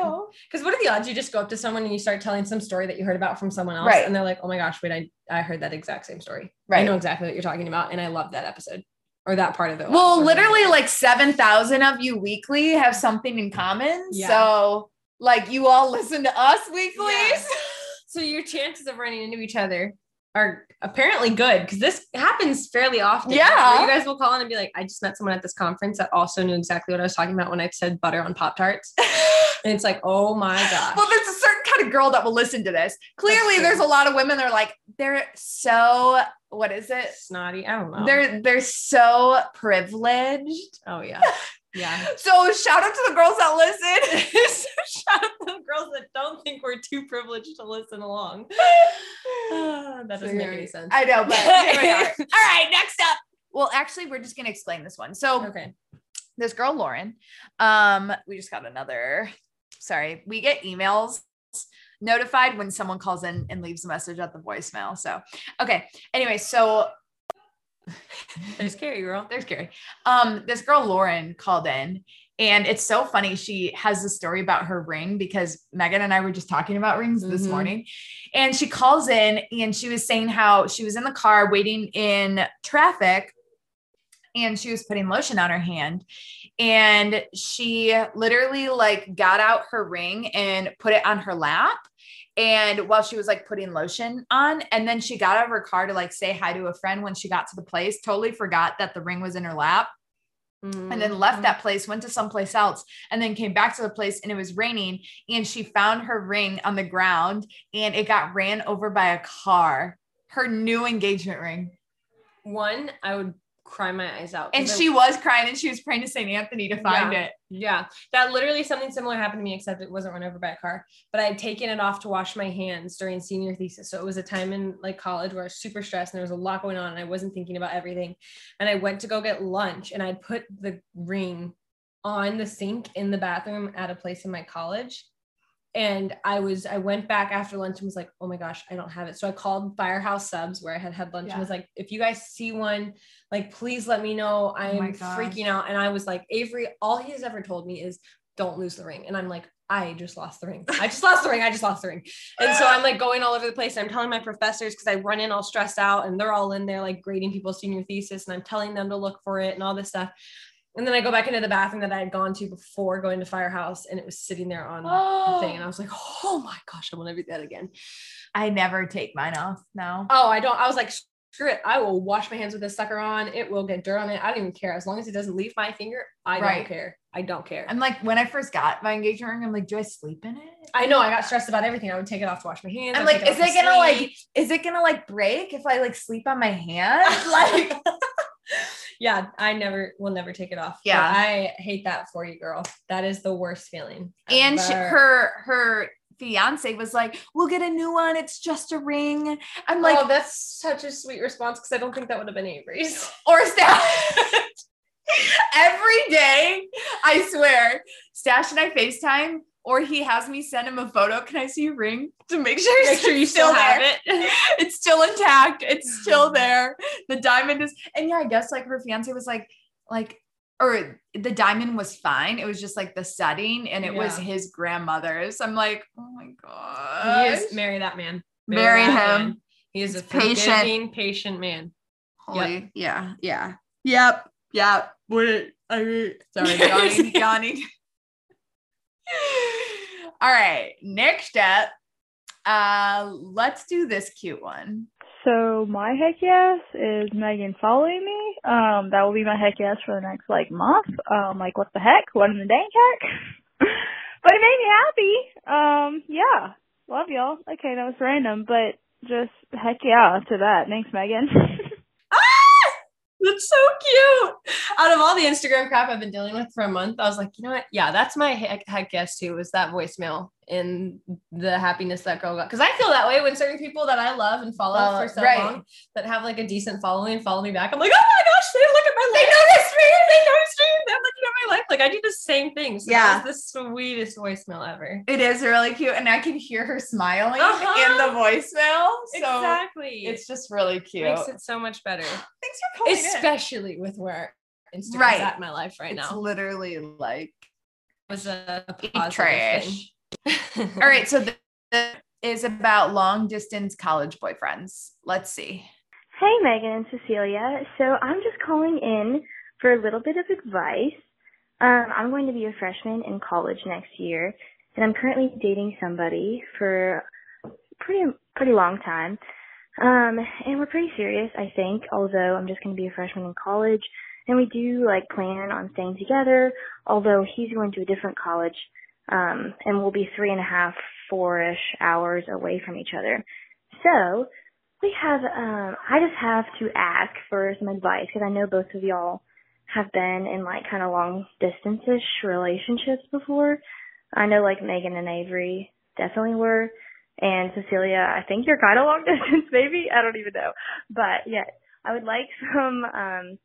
Speaker 4: Because what are the odds you just go up to someone and you start telling some story that you heard about from someone else?
Speaker 2: Right.
Speaker 4: And they're like, oh my gosh, wait, I, I heard that exact same story. I
Speaker 2: Right.
Speaker 4: know exactly what you're talking about. And I love that episode or that part of it.
Speaker 2: Well, literally, like 7,000 of you weekly have something in common.
Speaker 4: Yeah.
Speaker 2: So Like you all listen to us weekly.
Speaker 4: [LAUGHS] Yeah. So your chances of running into each other are apparently good because this happens fairly often.
Speaker 2: Yeah.
Speaker 4: Where you guys will call in and be like, I just met someone at this conference that also knew exactly what I was talking about when I said butter on Pop [LAUGHS] Tarts. and it's like, oh my
Speaker 2: [LAUGHS]
Speaker 4: gosh.
Speaker 2: Well, there's a certain kind of girl that will listen to this. Clearly,
Speaker 4: true.
Speaker 2: there's a lot of women that are like, they're so what is it?
Speaker 4: Snotty. I don't know.
Speaker 2: They're they're so privileged.
Speaker 4: oh [LAUGHS] yeah. Yeah.
Speaker 2: So shout out to the girls that listen. [LAUGHS]
Speaker 4: so shout out to the girls that don't think we're too privileged to listen along. [SIGHS] Ah, that doesn't make any sense.
Speaker 2: I know, but here we are.
Speaker 4: Okay.
Speaker 2: [LAUGHS] All right, next up. Well, actually, we're just gonna explain this one. So
Speaker 4: okay.
Speaker 2: this girl Lauren. Um, we just got another. Sorry, we get emails notified when someone calls in and leaves a message at the voicemail. So, okay. Anyway, so
Speaker 4: There's Carrie girl.
Speaker 2: there's Gary. Um, this girl Lauren called in, and it's so funny. She has a story about her ring because Megan and I were just talking about rings this
Speaker 4: Mhm.
Speaker 2: morning, and she calls in and she was saying how she was in the car waiting in traffic, and she was putting lotion on her hand, and she literally like got out her ring and put it on her lap. And while she was like putting lotion on, and then she got out of her car to like say hi to a friend when she got to the place, totally forgot that the ring was in her lap, and then left that place, went to someplace else, and then came back to the place and it was raining. And she found her ring on the ground and it got ran over by a car, her new engagement ring.
Speaker 4: one. I would cry my eyes out. 'cause
Speaker 2: And
Speaker 4: I-
Speaker 2: she was crying and she was praying to St. Anthony to find it.
Speaker 4: Yeah, that literally something similar happened to me, except it wasn't run over by a car. But I had taken it off to wash my hands during senior thesis, so it was a time in like college where I was super stressed and there was a lot going on, and I wasn't thinking about everything. And I went to go get lunch, and I put the ring on the sink in the bathroom at a place in my college. And I was, I went back after lunch and was like, oh my gosh, I don't have it. So I called Firehouse Subs where I had had lunch
Speaker 2: Yeah.
Speaker 4: and was like, if you guys see one, like, please let me know. I
Speaker 2: Oh my
Speaker 4: am
Speaker 2: gosh.
Speaker 4: freaking out. And I was like, Avery, all he's ever told me is don't lose the ring. And I'm like, I just lost the ring. I just lost the ring. I just lost the ring. And so
Speaker 2: [GASPS]
Speaker 4: I'm like going all over the place. I'm telling my professors because I run in all stressed out and they're all in there like grading people's senior thesis and I'm telling them to look for it and all this stuff. And then I go back into the bathroom that I had gone to before going to Firehouse and it was sitting there
Speaker 2: [GASPS]
Speaker 4: on the thing. And I was like, oh my gosh, I want to do that again.
Speaker 2: I never take mine off. No.
Speaker 4: Oh, I don't. I was like, screw it. I will wash my hands with this sucker on. It will get dirt on it. I don't even care. As long as it doesn't leave my finger, I
Speaker 2: Right.
Speaker 4: don't care. I don't care.
Speaker 2: I'm like, when I first got my engagement ring, I'm like, do I sleep in it?
Speaker 4: I know I got stressed about everything. I would take it off to wash my hands.
Speaker 2: I'm
Speaker 4: I'd
Speaker 2: like,
Speaker 4: take
Speaker 2: is
Speaker 4: off
Speaker 2: it
Speaker 4: to
Speaker 2: gonna like,
Speaker 4: sleep.
Speaker 2: is it gonna like break if I like sleep on my hand?
Speaker 4: [LAUGHS]
Speaker 2: [LAUGHS] Like,
Speaker 4: Yeah, I never will never take it off. But
Speaker 2: Yeah.
Speaker 4: I hate that for you, girl. That is the worst feeling.
Speaker 2: and she,
Speaker 4: ever.
Speaker 2: her her fiance was like, "We'll get a new one. It's just a ring." I'm like,
Speaker 4: oh, that's such a sweet response because I don't think that would have
Speaker 2: [LAUGHS]
Speaker 4: been Avery's. [LAUGHS]
Speaker 2: or stash. [LAUGHS] Every day, I swear, Stash and I FaceTime, or he has me send him a photo. Can I see your ring to make sure,
Speaker 4: [LAUGHS] Make sure you
Speaker 2: it's
Speaker 4: still have
Speaker 2: there.
Speaker 4: it. [LAUGHS] Mm-hmm.
Speaker 2: it's still intact. It's still there. The diamond is, and yeah, I guess like her fiance was like, like, or the diamond was fine. It was just like the setting, and it was
Speaker 4: Yeah.
Speaker 2: his grandmother's. I'm like, oh my god,
Speaker 4: He is marry that man.
Speaker 2: Marry
Speaker 4: that
Speaker 2: him.
Speaker 4: man. He is a
Speaker 2: Patient.
Speaker 4: patient,
Speaker 2: [LAUGHS]
Speaker 4: patient man.
Speaker 2: Holy, yeah, yeah, yep, yep. Wait, I mean, sorry,
Speaker 4: [LAUGHS]
Speaker 2: yawning, yawning. All right, next up, uh, let's do this cute one.
Speaker 5: So my heck yes is Megan following me. Um, that will be my heck yes for the next like month. Um, like what the heck? What in the dang heck? [LAUGHS] but it made me happy. Um, yeah, love y'all. Okay, that was random, but just heck yeah to that. Thanks, Megan. [LAUGHS]
Speaker 4: That's so cute. Out of all the Instagram crap I've been dealing with for a month, I was like, you know what? Yeah, that's my heck, heck yes too. Was that voicemail and the happiness that girl got? Because I feel that way when certain people that I love and follow
Speaker 2: Follow-
Speaker 4: for so
Speaker 2: Uh, right.
Speaker 4: long that have like a decent following follow me back. I'm like, oh my gosh, they look at my life. They noticed me. They noticed me. They're looking at my life. Like I do the same thing. So
Speaker 2: Yeah.
Speaker 4: that was the sweetest voicemail ever.
Speaker 2: It is really cute, and I can hear her smiling
Speaker 4: Uh-huh.
Speaker 2: in the voicemail. So
Speaker 4: exactly.
Speaker 2: it's just really cute.
Speaker 4: makes it so much better,
Speaker 2: Thanks for calling in.
Speaker 4: especially with where Instagram's
Speaker 2: Right.
Speaker 4: at in my life right
Speaker 2: It's
Speaker 4: now.
Speaker 2: literally like
Speaker 4: was a a
Speaker 2: Eat
Speaker 4: positive
Speaker 2: trash. [LAUGHS]
Speaker 4: thing.
Speaker 2: all right. So th- th- is about long distance college boyfriends. Let's see.
Speaker 5: hey, Megan and Cecilia. So I'm just calling in for a little bit of advice. Um, I'm going to be a freshman in college next year,
Speaker 6: and I'm currently dating somebody for pretty pretty long time. Um, and we're pretty serious, I think, although I'm just going to be a freshman in college. And we do like plan on staying together, although he's going to a different college, um, and we'll be three and a half, four-ish hours away from each other. So we have, um, I just have to ask for some advice because I know both of y'all have been in like kind of long distance-ish relationships before. I know like Megan and Avery definitely were. And Cecilia, I think you're kind of long [LAUGHS] distance, maybe. I don't even know. But yeah, I would like some um,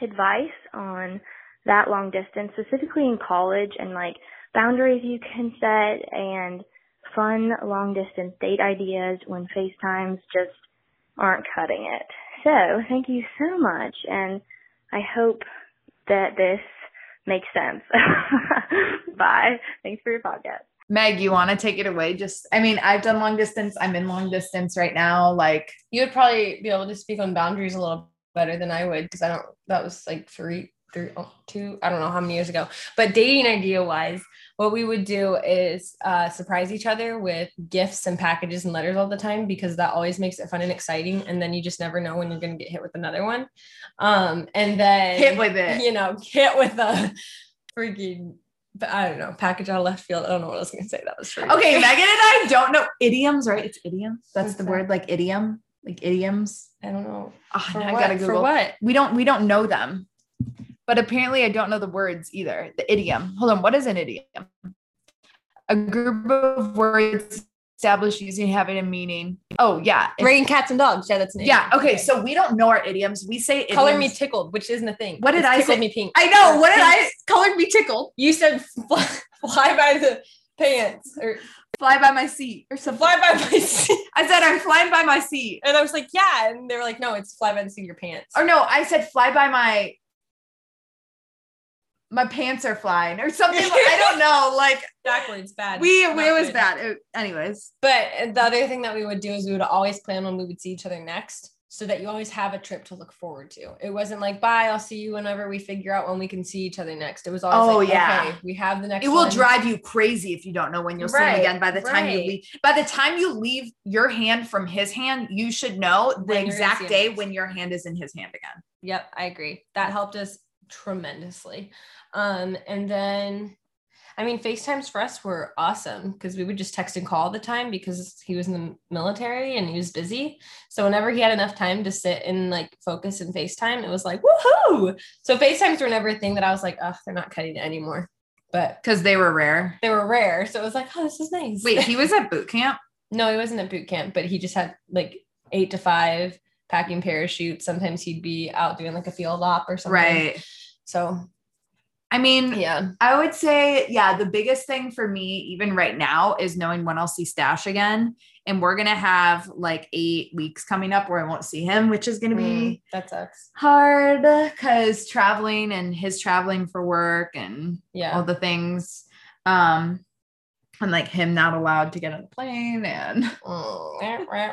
Speaker 6: advice on that long distance, specifically in college and like boundaries you can set and fun long distance date ideas when FaceTimes just aren't cutting it. So thank you so much, and I hope that this makes sense. [LAUGHS] Bye. Thanks for your podcast.
Speaker 2: Meg, you want to take it away? Just, I mean, I've done long distance. I'm in long distance right now. Like,
Speaker 4: You would probably be able to speak on boundaries a little better than I would because I don't. That was like three, three, oh, two. I don't know how many years ago. But dating idea wise, what we would do is uh, surprise each other with gifts and packages and letters all the time because that always makes it fun and exciting. And then you just never know when you're going to get hit with another one. Um, and then
Speaker 2: hit with it.
Speaker 4: you know, hit with a freaking. But I don't know, package out of left field. I don't know what I was gonna say. That was freaking. [LAUGHS]
Speaker 2: Okay, Megan and I don't know idioms, right? It's idioms. That's
Speaker 4: What's
Speaker 2: the
Speaker 4: that? Ah,
Speaker 2: word, like idiom, like idioms.
Speaker 4: I don't know.
Speaker 2: Oh,
Speaker 4: For
Speaker 2: now
Speaker 4: what?
Speaker 2: I gotta
Speaker 4: For
Speaker 2: Google.
Speaker 4: what?
Speaker 2: We don't we don't know them. But apparently I don't know the words either. The idiom. Hold on, what is an idiom? A group of words established using having a meaning. Oh yeah. If-
Speaker 4: Rating cats and dogs. Yeah, that's an
Speaker 2: yeah.
Speaker 4: idiom.
Speaker 2: Okay. So we don't know our idioms. We say idioms.
Speaker 4: color me tickled, which isn't a thing.
Speaker 2: What did
Speaker 4: It's
Speaker 2: I
Speaker 4: tickled
Speaker 2: say?
Speaker 4: me pink.
Speaker 2: I know. What did I colored me tickled?
Speaker 4: You said [LAUGHS] fly, fly by the pants or
Speaker 2: Fly by my seat or something.
Speaker 4: fly by my [LAUGHS] seat.
Speaker 2: I said I'm flying by my seat.
Speaker 4: And I was like, yeah. And they were like, no, it's fly by the seat of your pants.
Speaker 2: Or no, I said fly by my my pants are flying or something. like-
Speaker 4: [LAUGHS]
Speaker 2: I don't know. Like
Speaker 4: backwards, bad.
Speaker 2: we it
Speaker 4: Not
Speaker 2: was
Speaker 4: good.
Speaker 2: bad. It- anyways.
Speaker 4: But the other thing that we would do is we would always plan when we would see each other next so that you always have a trip to look forward to. It wasn't like, bye, I'll see you whenever we figure out when we can see each other next. It was always
Speaker 2: Oh,
Speaker 4: like,
Speaker 2: yeah.
Speaker 4: okay, we have the next
Speaker 2: It will
Speaker 4: one.
Speaker 2: drive you crazy if you don't know when you'll see him
Speaker 4: Right,
Speaker 2: again. By the time you
Speaker 4: right.
Speaker 2: leave, by the time you leave your hand from his hand, you should know the
Speaker 4: When you're gonna see
Speaker 2: exact
Speaker 4: him
Speaker 2: day
Speaker 4: next.
Speaker 2: when your hand is in his hand again.
Speaker 4: Yep, I agree. That helped us tremendously. Um, and then, I mean, FaceTimes for us were awesome because we would just text and call all the time because he was in the military and he was busy. So whenever he had enough time to sit and like focus and FaceTime, it was like woohoo. So FaceTimes were never a thing that I was like, oh, they're not cutting it anymore. But
Speaker 2: Because they were rare.
Speaker 4: they were rare, so it was like, oh, this is nice.
Speaker 2: Wait, he was at boot camp.
Speaker 4: [LAUGHS] No, he wasn't at boot camp, but he just had like eight to five packing parachutes. Sometimes he'd be out doing like a field op or something.
Speaker 2: Right.
Speaker 4: So
Speaker 2: I mean,
Speaker 4: yeah,
Speaker 2: I would say, yeah, the biggest thing for me, even right now, is knowing when I'll see Stash again. And we're gonna have like eight weeks coming up where I won't see him, which is gonna be
Speaker 4: Mm, that sucks.
Speaker 2: hard because traveling and his traveling for work and all
Speaker 4: Yeah,
Speaker 2: the things. Um, and like him not allowed to get on the plane and [LAUGHS] um,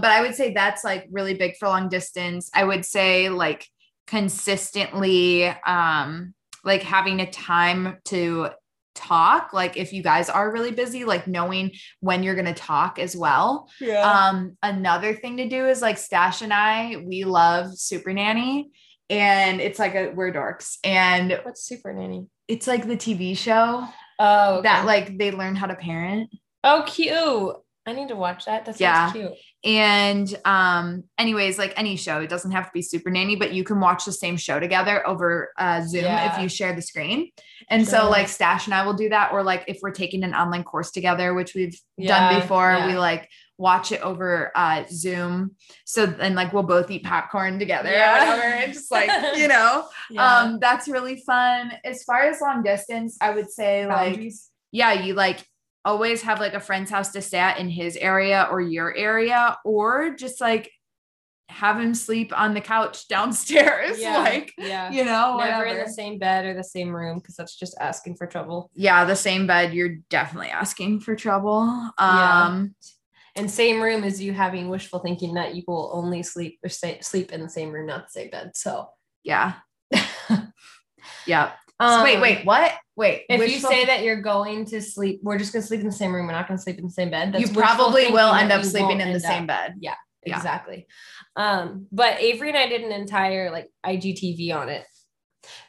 Speaker 2: but I would say that's like really big for long distance. I would say like consistently um like having a time to talk like if you guys are really busy like knowing when you're going to talk as well
Speaker 4: [LAUGHS] yeah.
Speaker 2: um, another thing to do is like Stash and I, we love Super Nanny, and it's like a we're dorks, and
Speaker 4: What's super nanny?
Speaker 2: it's like the TV show
Speaker 4: Oh, okay.
Speaker 2: that like they learn how to parent.
Speaker 4: oh cute. I need to watch that. That sounds
Speaker 2: Yeah. Um,
Speaker 4: cute.
Speaker 2: And um, anyways, like any show, it doesn't have to be Super Nanny, but you can watch the same show together over uh, Zoom
Speaker 4: Yeah.
Speaker 2: if you share the screen. And
Speaker 4: Sure.
Speaker 2: so like Stash and I will do that, or like if we're taking an online course together, which we've done
Speaker 4: Yeah,
Speaker 2: before.
Speaker 4: yeah.
Speaker 2: We like watch it over uh Zoom. So and like we'll both eat popcorn together
Speaker 4: Yeah.
Speaker 2: or whatever. And just like,
Speaker 4: [LAUGHS]
Speaker 2: you know.
Speaker 4: Yeah.
Speaker 2: Um that's really fun. As far as long distance, I would say like
Speaker 4: Boundaries.
Speaker 2: yeah, you like always have like a friend's house to stay at in his area or your area or just like have him sleep on the couch [LAUGHS] downstairs
Speaker 4: yeah.
Speaker 2: like
Speaker 4: yeah.
Speaker 2: you know
Speaker 4: Never in
Speaker 2: whatever.
Speaker 4: the same bed or the same room because that's just asking for trouble.
Speaker 2: yeah the same bed you're definitely asking for trouble um
Speaker 4: Yeah. And same room is you having wishful thinking that you will only sleep or stay, sleep in the same room, not the same bed. So
Speaker 2: [LAUGHS] Yeah. yeah.
Speaker 4: Um,
Speaker 2: wait, wait, what? Wait.
Speaker 4: If you
Speaker 2: wishful-
Speaker 4: say that you're going to sleep, we're just going to sleep in the same room. We're not going to sleep in the same bed.
Speaker 2: you
Speaker 4: wishful
Speaker 2: probably
Speaker 4: thinking
Speaker 2: will
Speaker 4: that
Speaker 2: end up
Speaker 4: you
Speaker 2: sleeping
Speaker 4: won't
Speaker 2: in the
Speaker 4: end
Speaker 2: same
Speaker 4: up.
Speaker 2: bed. Yeah.
Speaker 4: Exactly. Um, but Avery and I did an entire like IGTV on it.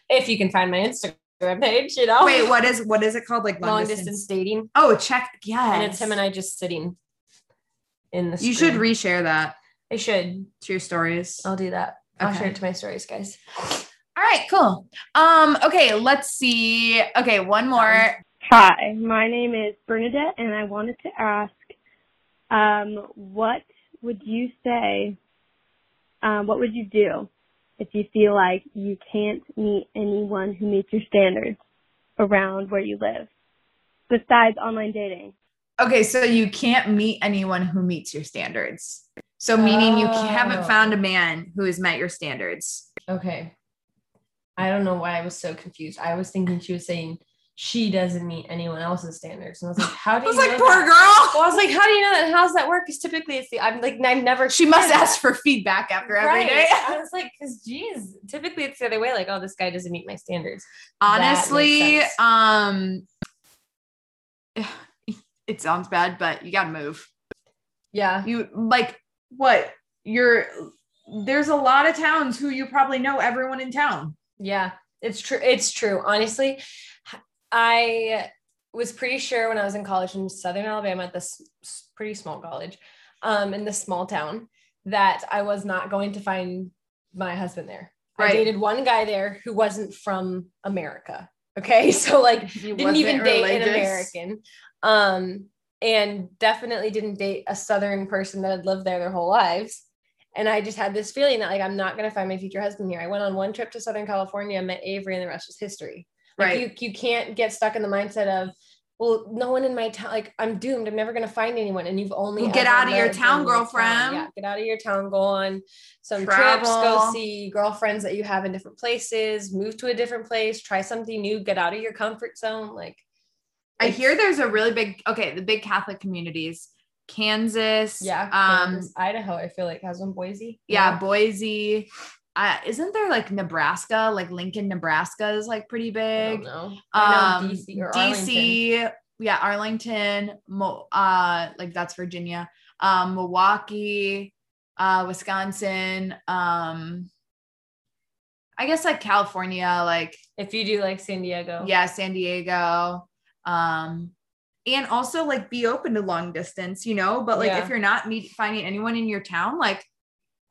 Speaker 4: If you can find my Instagram page, you know,
Speaker 2: Wait, what is what is it called? Like
Speaker 4: Oh. [LAUGHS] long, distance. dating,
Speaker 2: Oh, check. Yeah.
Speaker 4: and it's him and I just sitting in the.
Speaker 2: You should
Speaker 4: screen. Oh,
Speaker 2: reshare that
Speaker 4: I should.
Speaker 2: to your stories.
Speaker 4: I'll do that. I'll share
Speaker 2: Okay.
Speaker 4: it to my stories, guys.
Speaker 2: All right, cool. Um, okay, let's see. Okay, one more.
Speaker 7: Hi, my name is Bernadette, and I wanted to ask, um, what would you say, um, what would you do if you feel like you can't meet anyone who meets your standards around where you live, besides online dating?
Speaker 2: Okay, so you can't meet anyone who meets your standards. So meaning you ca- haven't
Speaker 4: Oh.
Speaker 2: found a man who has met your standards.
Speaker 4: Okay. I don't know why I was so confused. I was thinking she was saying she doesn't meet anyone else's standards, and I was like, how
Speaker 2: I
Speaker 4: do you?
Speaker 2: was like,
Speaker 4: know
Speaker 2: poor
Speaker 4: that? Well,
Speaker 2: girl.
Speaker 4: I was like, how do you know that? And how's that work? Because typically it's the I'm like I've never.
Speaker 2: She must
Speaker 4: Yeah.
Speaker 2: ask for feedback after every
Speaker 4: Right.
Speaker 2: day.
Speaker 4: I was like, because geez, typically it's the other way. Like, oh, this guy doesn't meet my standards.
Speaker 2: Honestly,
Speaker 4: sense.
Speaker 2: um [SIGHS] it sounds bad, but you gotta move.
Speaker 4: Yeah.
Speaker 2: you like what you're there's a lot of towns who you probably know everyone in town
Speaker 4: Yeah. It's true. It's true. Honestly, I was pretty sure when I was in college in Southern Alabama at this s- pretty small college, um, in this small town, that I was not going to find my husband there.
Speaker 2: Right.
Speaker 4: I dated one guy there who wasn't from America. Okay. [LAUGHS] So like didn't even date an American. Um, and definitely didn't date a Southern person that had lived there their whole lives. And I just had this feeling that like I'm not gonna find my future husband here. I went on one trip to Southern California, met Avery, and the rest was history. Like
Speaker 2: right
Speaker 4: you you can't get stuck in the mindset of, well, no one in my town, like I'm doomed. I'm never gonna find anyone. And you've only
Speaker 2: Well, get
Speaker 4: ever
Speaker 2: out of your
Speaker 4: lived
Speaker 2: town,
Speaker 4: in
Speaker 2: girlfriend.
Speaker 4: Yeah, get out of your town, go on some trips,
Speaker 2: Travel.
Speaker 4: go see girlfriends that you have in different places, move to a different place, try something new, get out of your comfort zone. Like
Speaker 2: i hear there's a really big okay the big catholic communities kansas
Speaker 4: yeah,
Speaker 2: um
Speaker 4: Kansas, Idaho, I feel like has one Boise.
Speaker 2: yeah boise uh, isn't there like nebraska like lincoln nebraska is like pretty
Speaker 4: I don't
Speaker 2: big
Speaker 4: know. I know
Speaker 2: um
Speaker 4: DC or Arlington.
Speaker 2: dc yeah arlington Mo- uh like that's virginia um milwaukee uh wisconsin um i guess like california like
Speaker 4: If you do like San Diego.
Speaker 2: yeah san diego um and also like be open to long distance you know but like
Speaker 4: Yeah.
Speaker 2: if you're not meet, finding anyone in your town like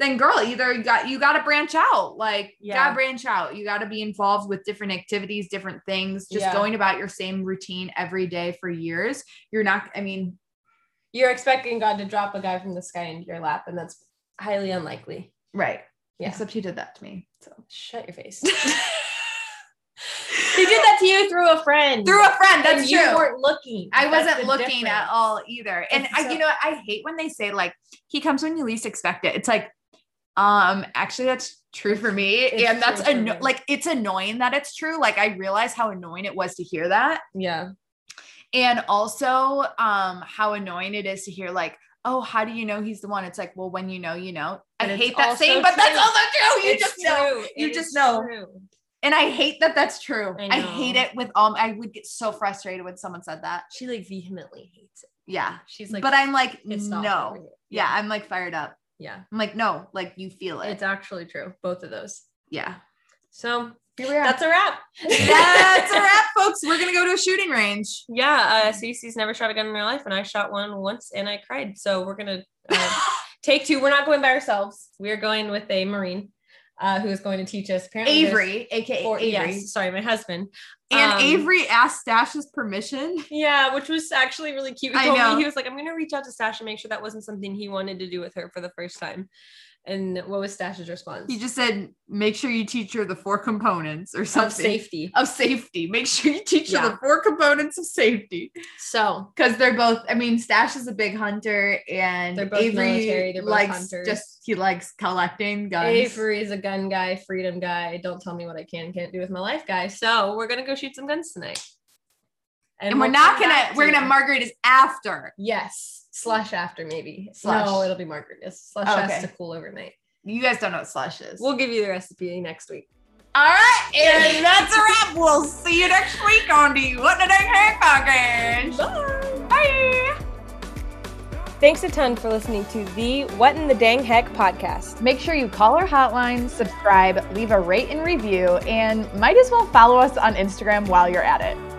Speaker 2: then girl either you got you got to branch out like you got
Speaker 4: Yeah.
Speaker 2: to branch out you got to be involved with different activities different things just
Speaker 4: Yeah.
Speaker 2: going about your same routine every day for years you're not i mean
Speaker 4: You're expecting God to drop a guy from the sky into your lap, and that's highly unlikely.
Speaker 2: right
Speaker 4: Yeah.
Speaker 2: except he did that to me so
Speaker 4: Shut your
Speaker 2: [LAUGHS]
Speaker 4: face. He did that to you through a friend.
Speaker 2: through a friend that's
Speaker 4: and
Speaker 2: true
Speaker 4: you weren't looking.
Speaker 2: I
Speaker 4: That's
Speaker 2: wasn't
Speaker 4: the
Speaker 2: looking at
Speaker 4: difference.
Speaker 2: all either. And
Speaker 4: It's
Speaker 2: I,
Speaker 4: so-
Speaker 2: you know, I hate when they say like he comes when you least expect it. It's like, um, actually that's true for me.
Speaker 4: It's
Speaker 2: and that's
Speaker 4: true for me.
Speaker 2: anno- like it's annoying that it's true. Like I realize how annoying it was to hear that.
Speaker 4: Yeah.
Speaker 2: And also um how annoying it is to hear like, oh, how do you know he's the one? It's like, well, when you know, you know.
Speaker 4: But
Speaker 2: I
Speaker 4: it's
Speaker 2: hate that
Speaker 4: also
Speaker 2: saying, but that's
Speaker 4: true.
Speaker 2: also true. You
Speaker 4: It's
Speaker 2: just know.
Speaker 4: true.
Speaker 2: You
Speaker 4: It
Speaker 2: just
Speaker 4: is
Speaker 2: know.
Speaker 4: true.
Speaker 2: And I hate that that's true.
Speaker 4: I
Speaker 2: I, hate
Speaker 4: know.
Speaker 2: it with um I would get so frustrated when someone said that.
Speaker 4: She like vehemently hates it.
Speaker 2: Yeah.
Speaker 4: She's like,
Speaker 2: but I'm like,
Speaker 4: it's
Speaker 2: no.
Speaker 4: not over here.
Speaker 2: yeah, I'm like fired up.
Speaker 4: Yeah.
Speaker 2: I'm like, no, like you feel it.
Speaker 4: It's actually true. Both of those.
Speaker 2: yeah.
Speaker 4: So
Speaker 2: Here we are. That's,
Speaker 4: [LAUGHS] that's a wrap.
Speaker 2: that's a wrap, folks. We're gonna go to a shooting range.
Speaker 4: Yeah, uh,
Speaker 2: Mm.
Speaker 4: Cece's never shot a gun in her life, and I shot one once, and I cried. So we're gonna
Speaker 2: [LAUGHS]
Speaker 4: uh, take two. We're not going by ourselves. We're going with a Marine uh, who is going to teach us. Apparently, there's
Speaker 2: Avery, aka
Speaker 4: four-
Speaker 2: Avery.
Speaker 4: yes, sorry, my husband
Speaker 2: And
Speaker 4: Um,
Speaker 2: Avery asked Stash's permission.
Speaker 4: Yeah, which was actually really cute. He
Speaker 2: I
Speaker 4: told
Speaker 2: know.
Speaker 4: me he was like, "I'm gonna reach out to Stash and make sure that wasn't something he wanted to do with her for the first time." And what was Stash's response?
Speaker 2: He just said, make sure you teach her the four components or
Speaker 4: of
Speaker 2: something.
Speaker 4: safety.
Speaker 2: Of safety. Make sure you teach her
Speaker 4: Yeah.
Speaker 2: the four components of safety.
Speaker 4: So
Speaker 2: Because they're both, I mean, Stash is a big hunter and
Speaker 4: They're both
Speaker 2: Avery
Speaker 4: military, they're both
Speaker 2: likes
Speaker 4: hunters.
Speaker 2: just he likes collecting guns.
Speaker 4: Avery's a gun guy, freedom guy. Don't tell me what I can and can't do with my life, guy. So we're gonna go shoot some guns tonight.
Speaker 2: And, we're
Speaker 4: we'll
Speaker 2: not
Speaker 4: come
Speaker 2: gonna,
Speaker 4: back to
Speaker 2: we're
Speaker 4: you.
Speaker 2: gonna margaritas after.
Speaker 4: Yes, slush after maybe.
Speaker 2: Slush.
Speaker 4: No, it'll be margaritas. Slush
Speaker 2: Oh,
Speaker 4: has
Speaker 2: okay.
Speaker 4: to cool overnight.
Speaker 2: You guys don't know what slush is.
Speaker 4: We'll give you the recipe next week.
Speaker 2: All right, and that's a wrap. [LAUGHS] We'll see you next week on the What the Dang Heck podcast. Bye. Bye.
Speaker 3: Thanks a ton for listening to the What in the Dang Heck podcast.
Speaker 1: Make sure you call our hotline, subscribe, leave a rate and review, and might as well follow us on Instagram while you're at it.